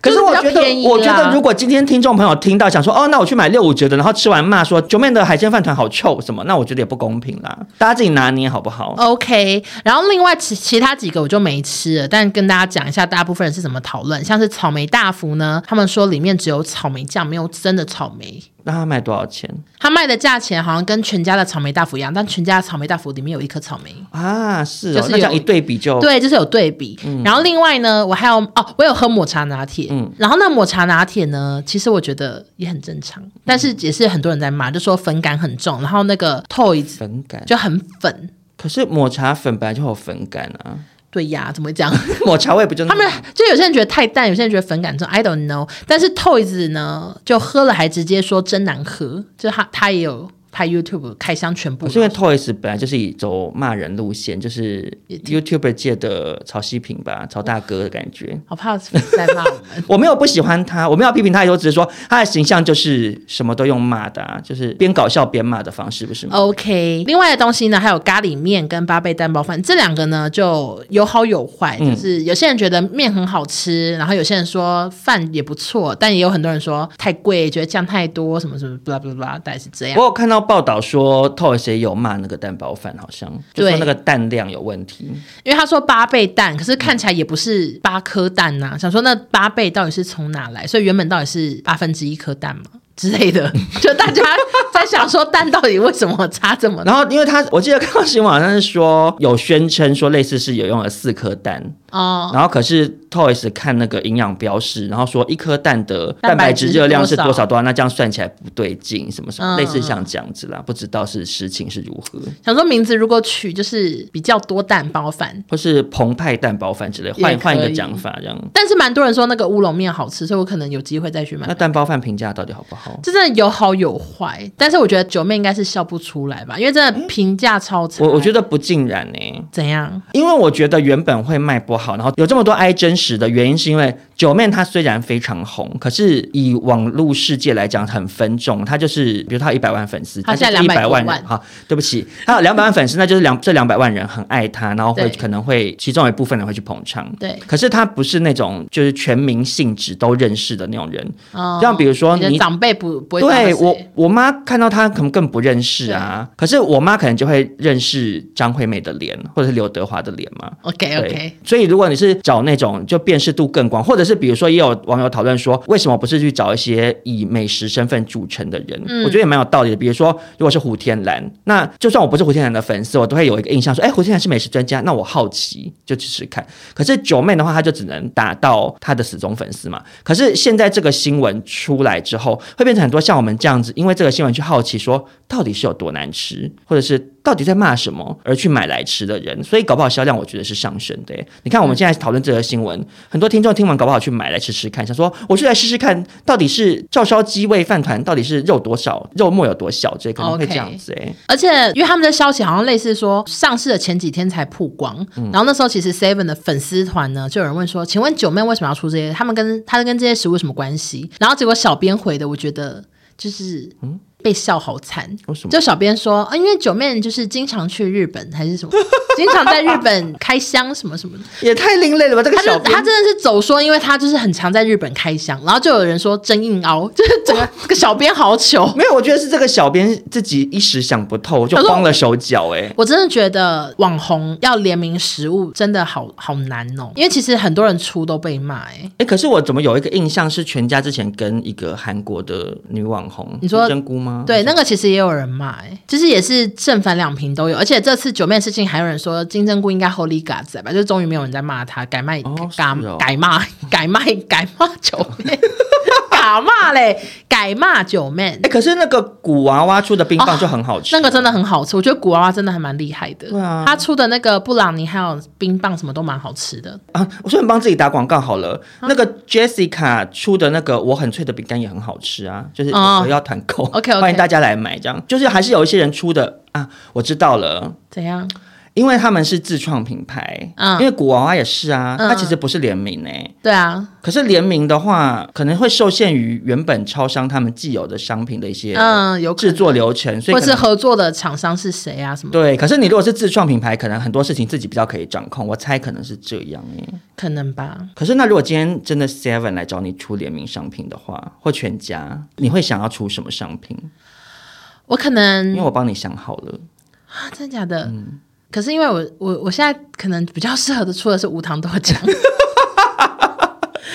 可是就是比我较觉得便宜，啦我觉得如果今天听众朋友听到想说，哦，那我去买六五折的，然后吃完骂说九妹的海鲜饭团好臭什么，那我觉得也不公平啦，大家自己拿捏好不好？ OK，然后另外其其他几个我就没吃了，但跟大家讲一下，大部分人是怎么讨论。像是草莓大福呢，他们说里面只有草莓酱，没有真的草莓。那他卖多少钱它卖的价钱好像跟全家的草莓大福一样，但全家的草莓大福里面有一颗草莓。啊？是就哦，是那这样有一对比就对，就是有对比。然后另外呢，我还有哦，我有喝抹茶拿铁。嗯然后那抹茶拿铁呢，其实我觉得也很正嗯常，但是也是很多人在骂，就说粉感很重，然后那个 Toys 粉感。就很粉。可是抹茶粉本来就有粉感啊， 对呀，怎么会这样？抹茶味不就那他们就有些人觉得太淡，有些人觉得粉感重，I don't know。但是 Toys 呢，就喝了还直接说真难喝，就他他也有拍 YouTube 开箱全部我嘛，哦是因为 Toys 本来就是以走骂人路线，就是也 YouTuber 界的曹希平吧，曹大哥的感觉。。好怕粉丝在骂我们 我没有不喜欢他，我没有批评他，我只是说他的形象就是什么都用骂的、啊，就是边搞笑边骂的方式，不是哦吗？ OK，另外的东西呢，还有咖喱面跟八倍蛋包饭，这两个呢就有好有坏，嗯就是有些人觉得面很好吃，然后有些人说饭也不错，但也有很多人说太贵，觉得酱太多，什么什么，blah blah blah，大概是这样我。有看到报道说，Toys 也有骂那个蛋包饭，好像就说对那个蛋量有问题。因为他说八倍蛋，可是看起来也不是八颗蛋呐、想说那八倍到底是从哪来？所以原本到底是八分之一颗蛋嘛之类的， 就大家在想说蛋到底为什么差这么多 然后，因为他我记得看到新闻好像是说有宣称说类似是有用了四颗蛋，哦。然后可是 Toys 看那个营养标示，然后说一颗蛋的蛋蛋白白质质是热量是多多少少多少，那这样算起来不对劲，什么什么，嗯类似像这样子啦，不知道是实情是如何，想说名字如果取就是比较多蛋包饭，或是澎湃蛋包饭之类，也换换一可个以讲法这样。但是蛮多人说那个乌龙面好吃，所以我可能有机会再去买那。蛋包饭评价到底好不好？这真的有好有坏，但是我觉得九妹应该是笑不出来吧，因为真的评价超 差。我我觉得得不尽然欸呢、怎样？因为我觉得原本会卖不好，然后有这么多哀真实的原因，是因为九妹她虽然非常红，可是以网络世界来讲很分众，她就是比如她有一百万粉丝，她现在一百万200万人，好，对不起，她有两百万粉丝，那就是两这两百万人很爱她，然后会对可能会其中有一部分人会去捧场，对可是她不是那种就是全民性质都认识的那种人，哦像比如说你的你长辈不不会知道对是谁我，我妈看到她可能更不认识啊。可是我妈可能就会认识张惠妹的脸，或者是刘德华的脸嘛。 OK 对 OK，所以如果你是找那种就辨识度更广，或者是是比如说也有网友讨论说，为什么不是去找一些以美食身份著称的人？我觉得也蛮有道理的。比如说，如果是胡天蓝，那就算我不是胡天蓝的粉丝，我都会有一个印象说，哎，胡天蓝是美食专家，那我好奇就去试看。可是九妹的话，她就只能打到她的死忠粉丝嘛。可是现在这个新闻出来之后，会变成很多像我们这样子，因为这个新闻去好奇说到底是有多难吃，或者是到底在骂什么而去买来吃的人，所以搞不好销量我觉得是上升的耶。你看我们现在讨论这个新闻，很多听众听完搞不好去买来吃吃看，想说我就来试试看，到底是照烧鸡味饭团到底是肉多少，肉末有多小，这可能会 OK 这样子哎。而且，因为他们的消息好像类似说，上市的前几天才曝光，嗯然后那时候其实 Seven 的粉丝团呢，就有人问说，请问九妹为什么要出这些？他们跟他跟这些食物有什么关系？然后结果小编回的，我觉得就是被笑好惨，嗯为什么就小编说啊，因为九妹就是经常去日本还 是什么，经常在日本开箱什么什么的，也太另类了吧！这个他小就编他真的是走说，因为他就是很常在日本开箱，然后就有人说真硬凹，就是整个这个小编好糗。 没有，我觉得是这个小编自己一时想不透，就他说慌了手脚哎、我真的觉得网红要联名食物真的好好难哦，因为其实很多人出都被骂、欸，哎、可是我怎么有一个印象是全家之前跟一个韩国的女网红，你说是真姑吗？对，那个其实也有人骂、欸，就是也是正反两评都有，而且这次九妹的事情还有人说金针菇应该 Holy God 在吧，就是终于没有人在骂他，改卖、哦改是哦 改骂改卖改骂九妹， 改骂嘞，改骂九妹哎、。可是那个古娃 娃出的冰棒就很好吃，那个真的很好吃，我觉得古娃娃真的还蛮厉害的。对啊他出的那个布朗尼还有冰棒什么都蛮好吃的。啊！我顺便帮自己打广告好了。啊那个 Jessica 出的那个我很脆的饼干也很好吃啊，就是哦我要团购、 OK，OK 欢迎大家来买，这样就是还是有一些人出的啊。我知道了。怎样？因为他们是自创品牌，嗯因为古娃娃也是啊，嗯它其实不是联名诶、对啊，可是联名的话，可能会受限于原本超商他们既有的商品的一些嗯，有可制能。作流程，所以或可是能合作的厂商是谁啊？什么？对。可是你如果是自创品牌，可能很多事情自己比较可以掌控，我猜可能是这样耶。可能吧。可是那如果今天真的 Seven 来找你出联名商品的话，或全家，你会想要出什么商品？我可因能为我帮你想好了，啊，真的假的？可是因为我我我现在可能比较适合的出的是无糖豆浆，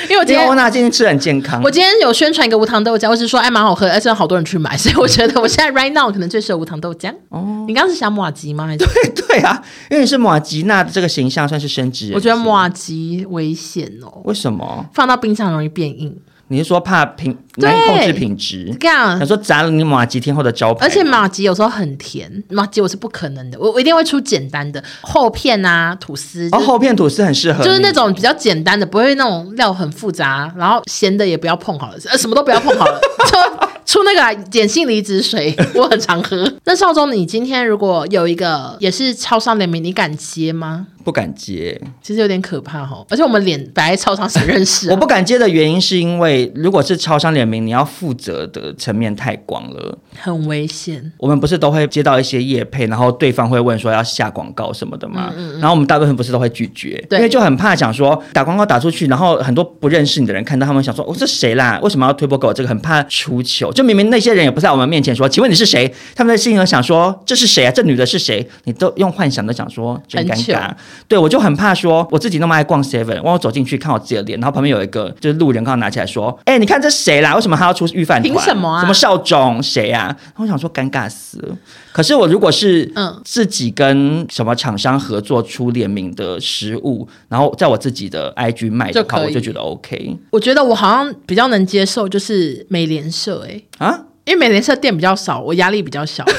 因为我今因为欧天。娜今天吃得很健康我。今天有宣传一个无糖豆浆，我只是说哎蛮好喝，而且好多人去买， 所以我觉得我现在 right now 可能最适合无糖豆浆。哦，你刚刚是想马吉吗？还是 对啊，因为你是马吉娜的这个形象算是升职人士，我觉得马吉危险哦，为什么？放到冰箱容易变硬。你是说怕品对难以控制品质？这样想，说砸了你马吉天后的招牌，啊而且马吉有时候很甜，马吉我是不可能的，我我一定会出简单的厚片啊、吐司，哦就是厚片吐司很适合你，就是那种比较简单的，不会那种料很复杂，然后咸的也不要碰好了，呃，什么都不要碰好了，就出那个啊碱性离子水，我很常喝。那少宗，你今天如果有一个也是超商联名，你敢接吗？不敢接。其实有点可怕哦哈，而且我们脸摆在超商谁认识、啊？我不敢接的原因是因为，如果是超商联名，你要负责的层面太广了。很危险，我们不是都会接到一些业配，然后对方会问说要下广告什么的吗？然后我们大部分不是都会拒绝，嗯对因为就很怕想说打广告打出去，然后很多不认识你的人看到他们想说，哦，这谁啦？为什么要推播给我这个？很怕出糗。就明明那些人也不在我们面前说，请问你是谁？他们在心里想说，这是谁啊？这女的是谁？你都用幻想的想说，真很尴糗尬。对，我就很怕说我自己那么爱逛 Seven，然后我走进去看我自己的脸，然后旁边有一个就是路人，刚好拿起来说：“哎、你看这谁啦？为什么他要出预饭团？凭什么啊什么少总谁啊？”然后我想说尴尬死了。可是我如果是嗯自己跟什么厂商合作出联名的食物，然后在我自己的 IG 卖的就话，可以我就觉得 OK 我觉得我好像比较能接受，就是美联社、欸，啊。因为美联社店比较少，我压力比较小。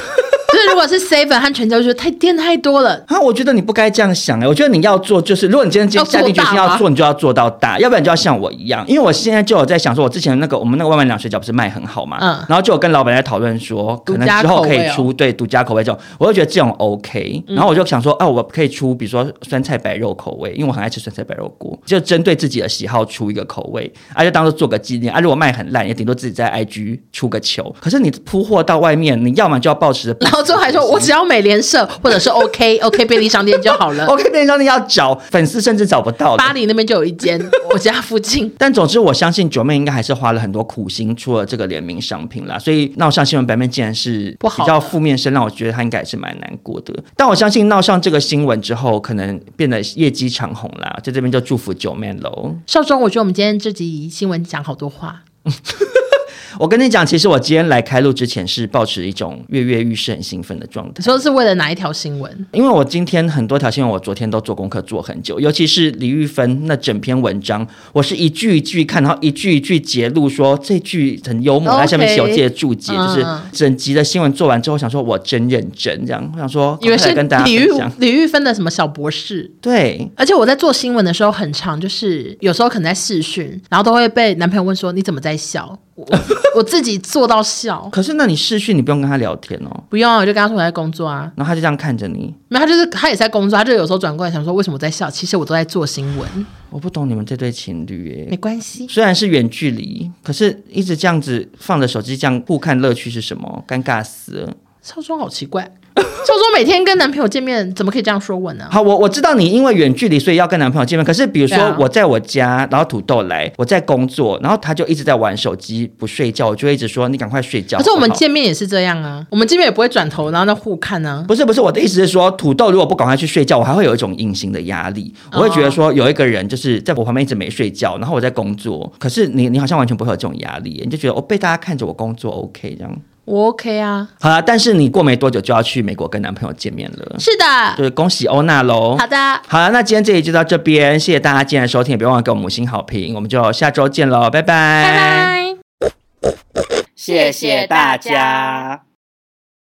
就是如果是 seven 和全家，我觉得太店太多了，啊，我觉得你不该这样想哎、我觉得你要做就是，如果你今天今要做天下定决心大要吗做，你就要做到大，要不然你就要像我一样。因为我现在就有在想说，我之前那个我们那个外卖凉水饺不是卖很好嘛，嗯然后就有跟老板在讨论说，可独能家之后可口以味哦出对独家口味这种，我就觉得这种 OK。然后嗯我就想说，啊，我可以出比如说酸菜白肉口味，因为我很爱吃酸菜白肉锅，就针对自己的喜好出一个口味，啊，就当做做个纪念。啊，如果卖很烂，也顶多自己在 IG 出个球。可是你铺货到外面，你要么就要抱持着不 然后最还 说我只要美联社或者是 OK OK 便利商店就 好了。 OK 便利商店要找粉丝，甚至找不到的。呃巴黎那边就有一间，哦我家附近。但总之，我相信九妹应该还是花了很多苦心出了这个联名商品啦。所以闹上新闻版面竟然是不好比的较负面声浪，我觉得她应该也是蛮难过的。但我相信闹上这个新闻之后，可能变得业绩长虹啦。在这边就祝福九妹喽。少中，我觉得我们今天这集新闻讲好多话，我跟你讲，其实我今天来开录之前是抱持一种跃跃欲试、很兴奋的状态你。说是为了哪一条新闻？因为我今天很多条新闻，我昨天都做功课做很久，尤其是李玉芬那整篇文章，我是一句一句看，然后一句一句截录说这句很幽默， OK 它下面写我自己的注解，嗯就是整集的新闻做完之后，想说我真认真，这样我想说，以为赶快是来哦跟大家李玉分享，李玉芬的什么小博士。对。而且我在做新闻的时候很长，就是有时候可能在视讯，然后都会被男朋友问说你怎么在笑，我 我自己做到笑，可是那你视讯你不用跟他聊天哦，不用啊，我就跟他说我在工作啊，然后他就这样看着你，没有他就是他也在工作，他就有时候转过来想说为什么我在笑，其实我都在做新闻，我不懂你们这对情侣耶没。关系。虽然是远距离，可是一直这样子放着手机这样互看乐趣是什么？尴尬死了。少中好奇怪，少中每天跟男朋友见面，怎么可以这样说我呢？好，我我知道你因为远距离，所以要跟男朋友见面。可是比如对说啊我在我家，然后土豆来，我在工作，然后他就一直在玩手机不睡觉，我就会一直说你赶快睡觉。可是我们好不好见面也是这样啊，我们见面也不会转头，然后那互看啊。不是不是我的意思是说，土豆如果不赶快去睡觉，我还会有一种隐形的压力，我会觉得说有一个人就是在我旁边一直没睡觉，然后我在工作，可是你你好像完全不会有这种压力，你就觉得我、哦被大家看着我工作 OK 这样。我 OK 啊，好啦，但是你过没多久就要去美国跟男朋友见面了，是的，就是恭喜欧娜喽。好的，好了，那今天这里就到这边，谢谢大家今天的收听，也别忘了给我们五星好评，我们就下周见喽，拜拜，拜拜。谢谢大家。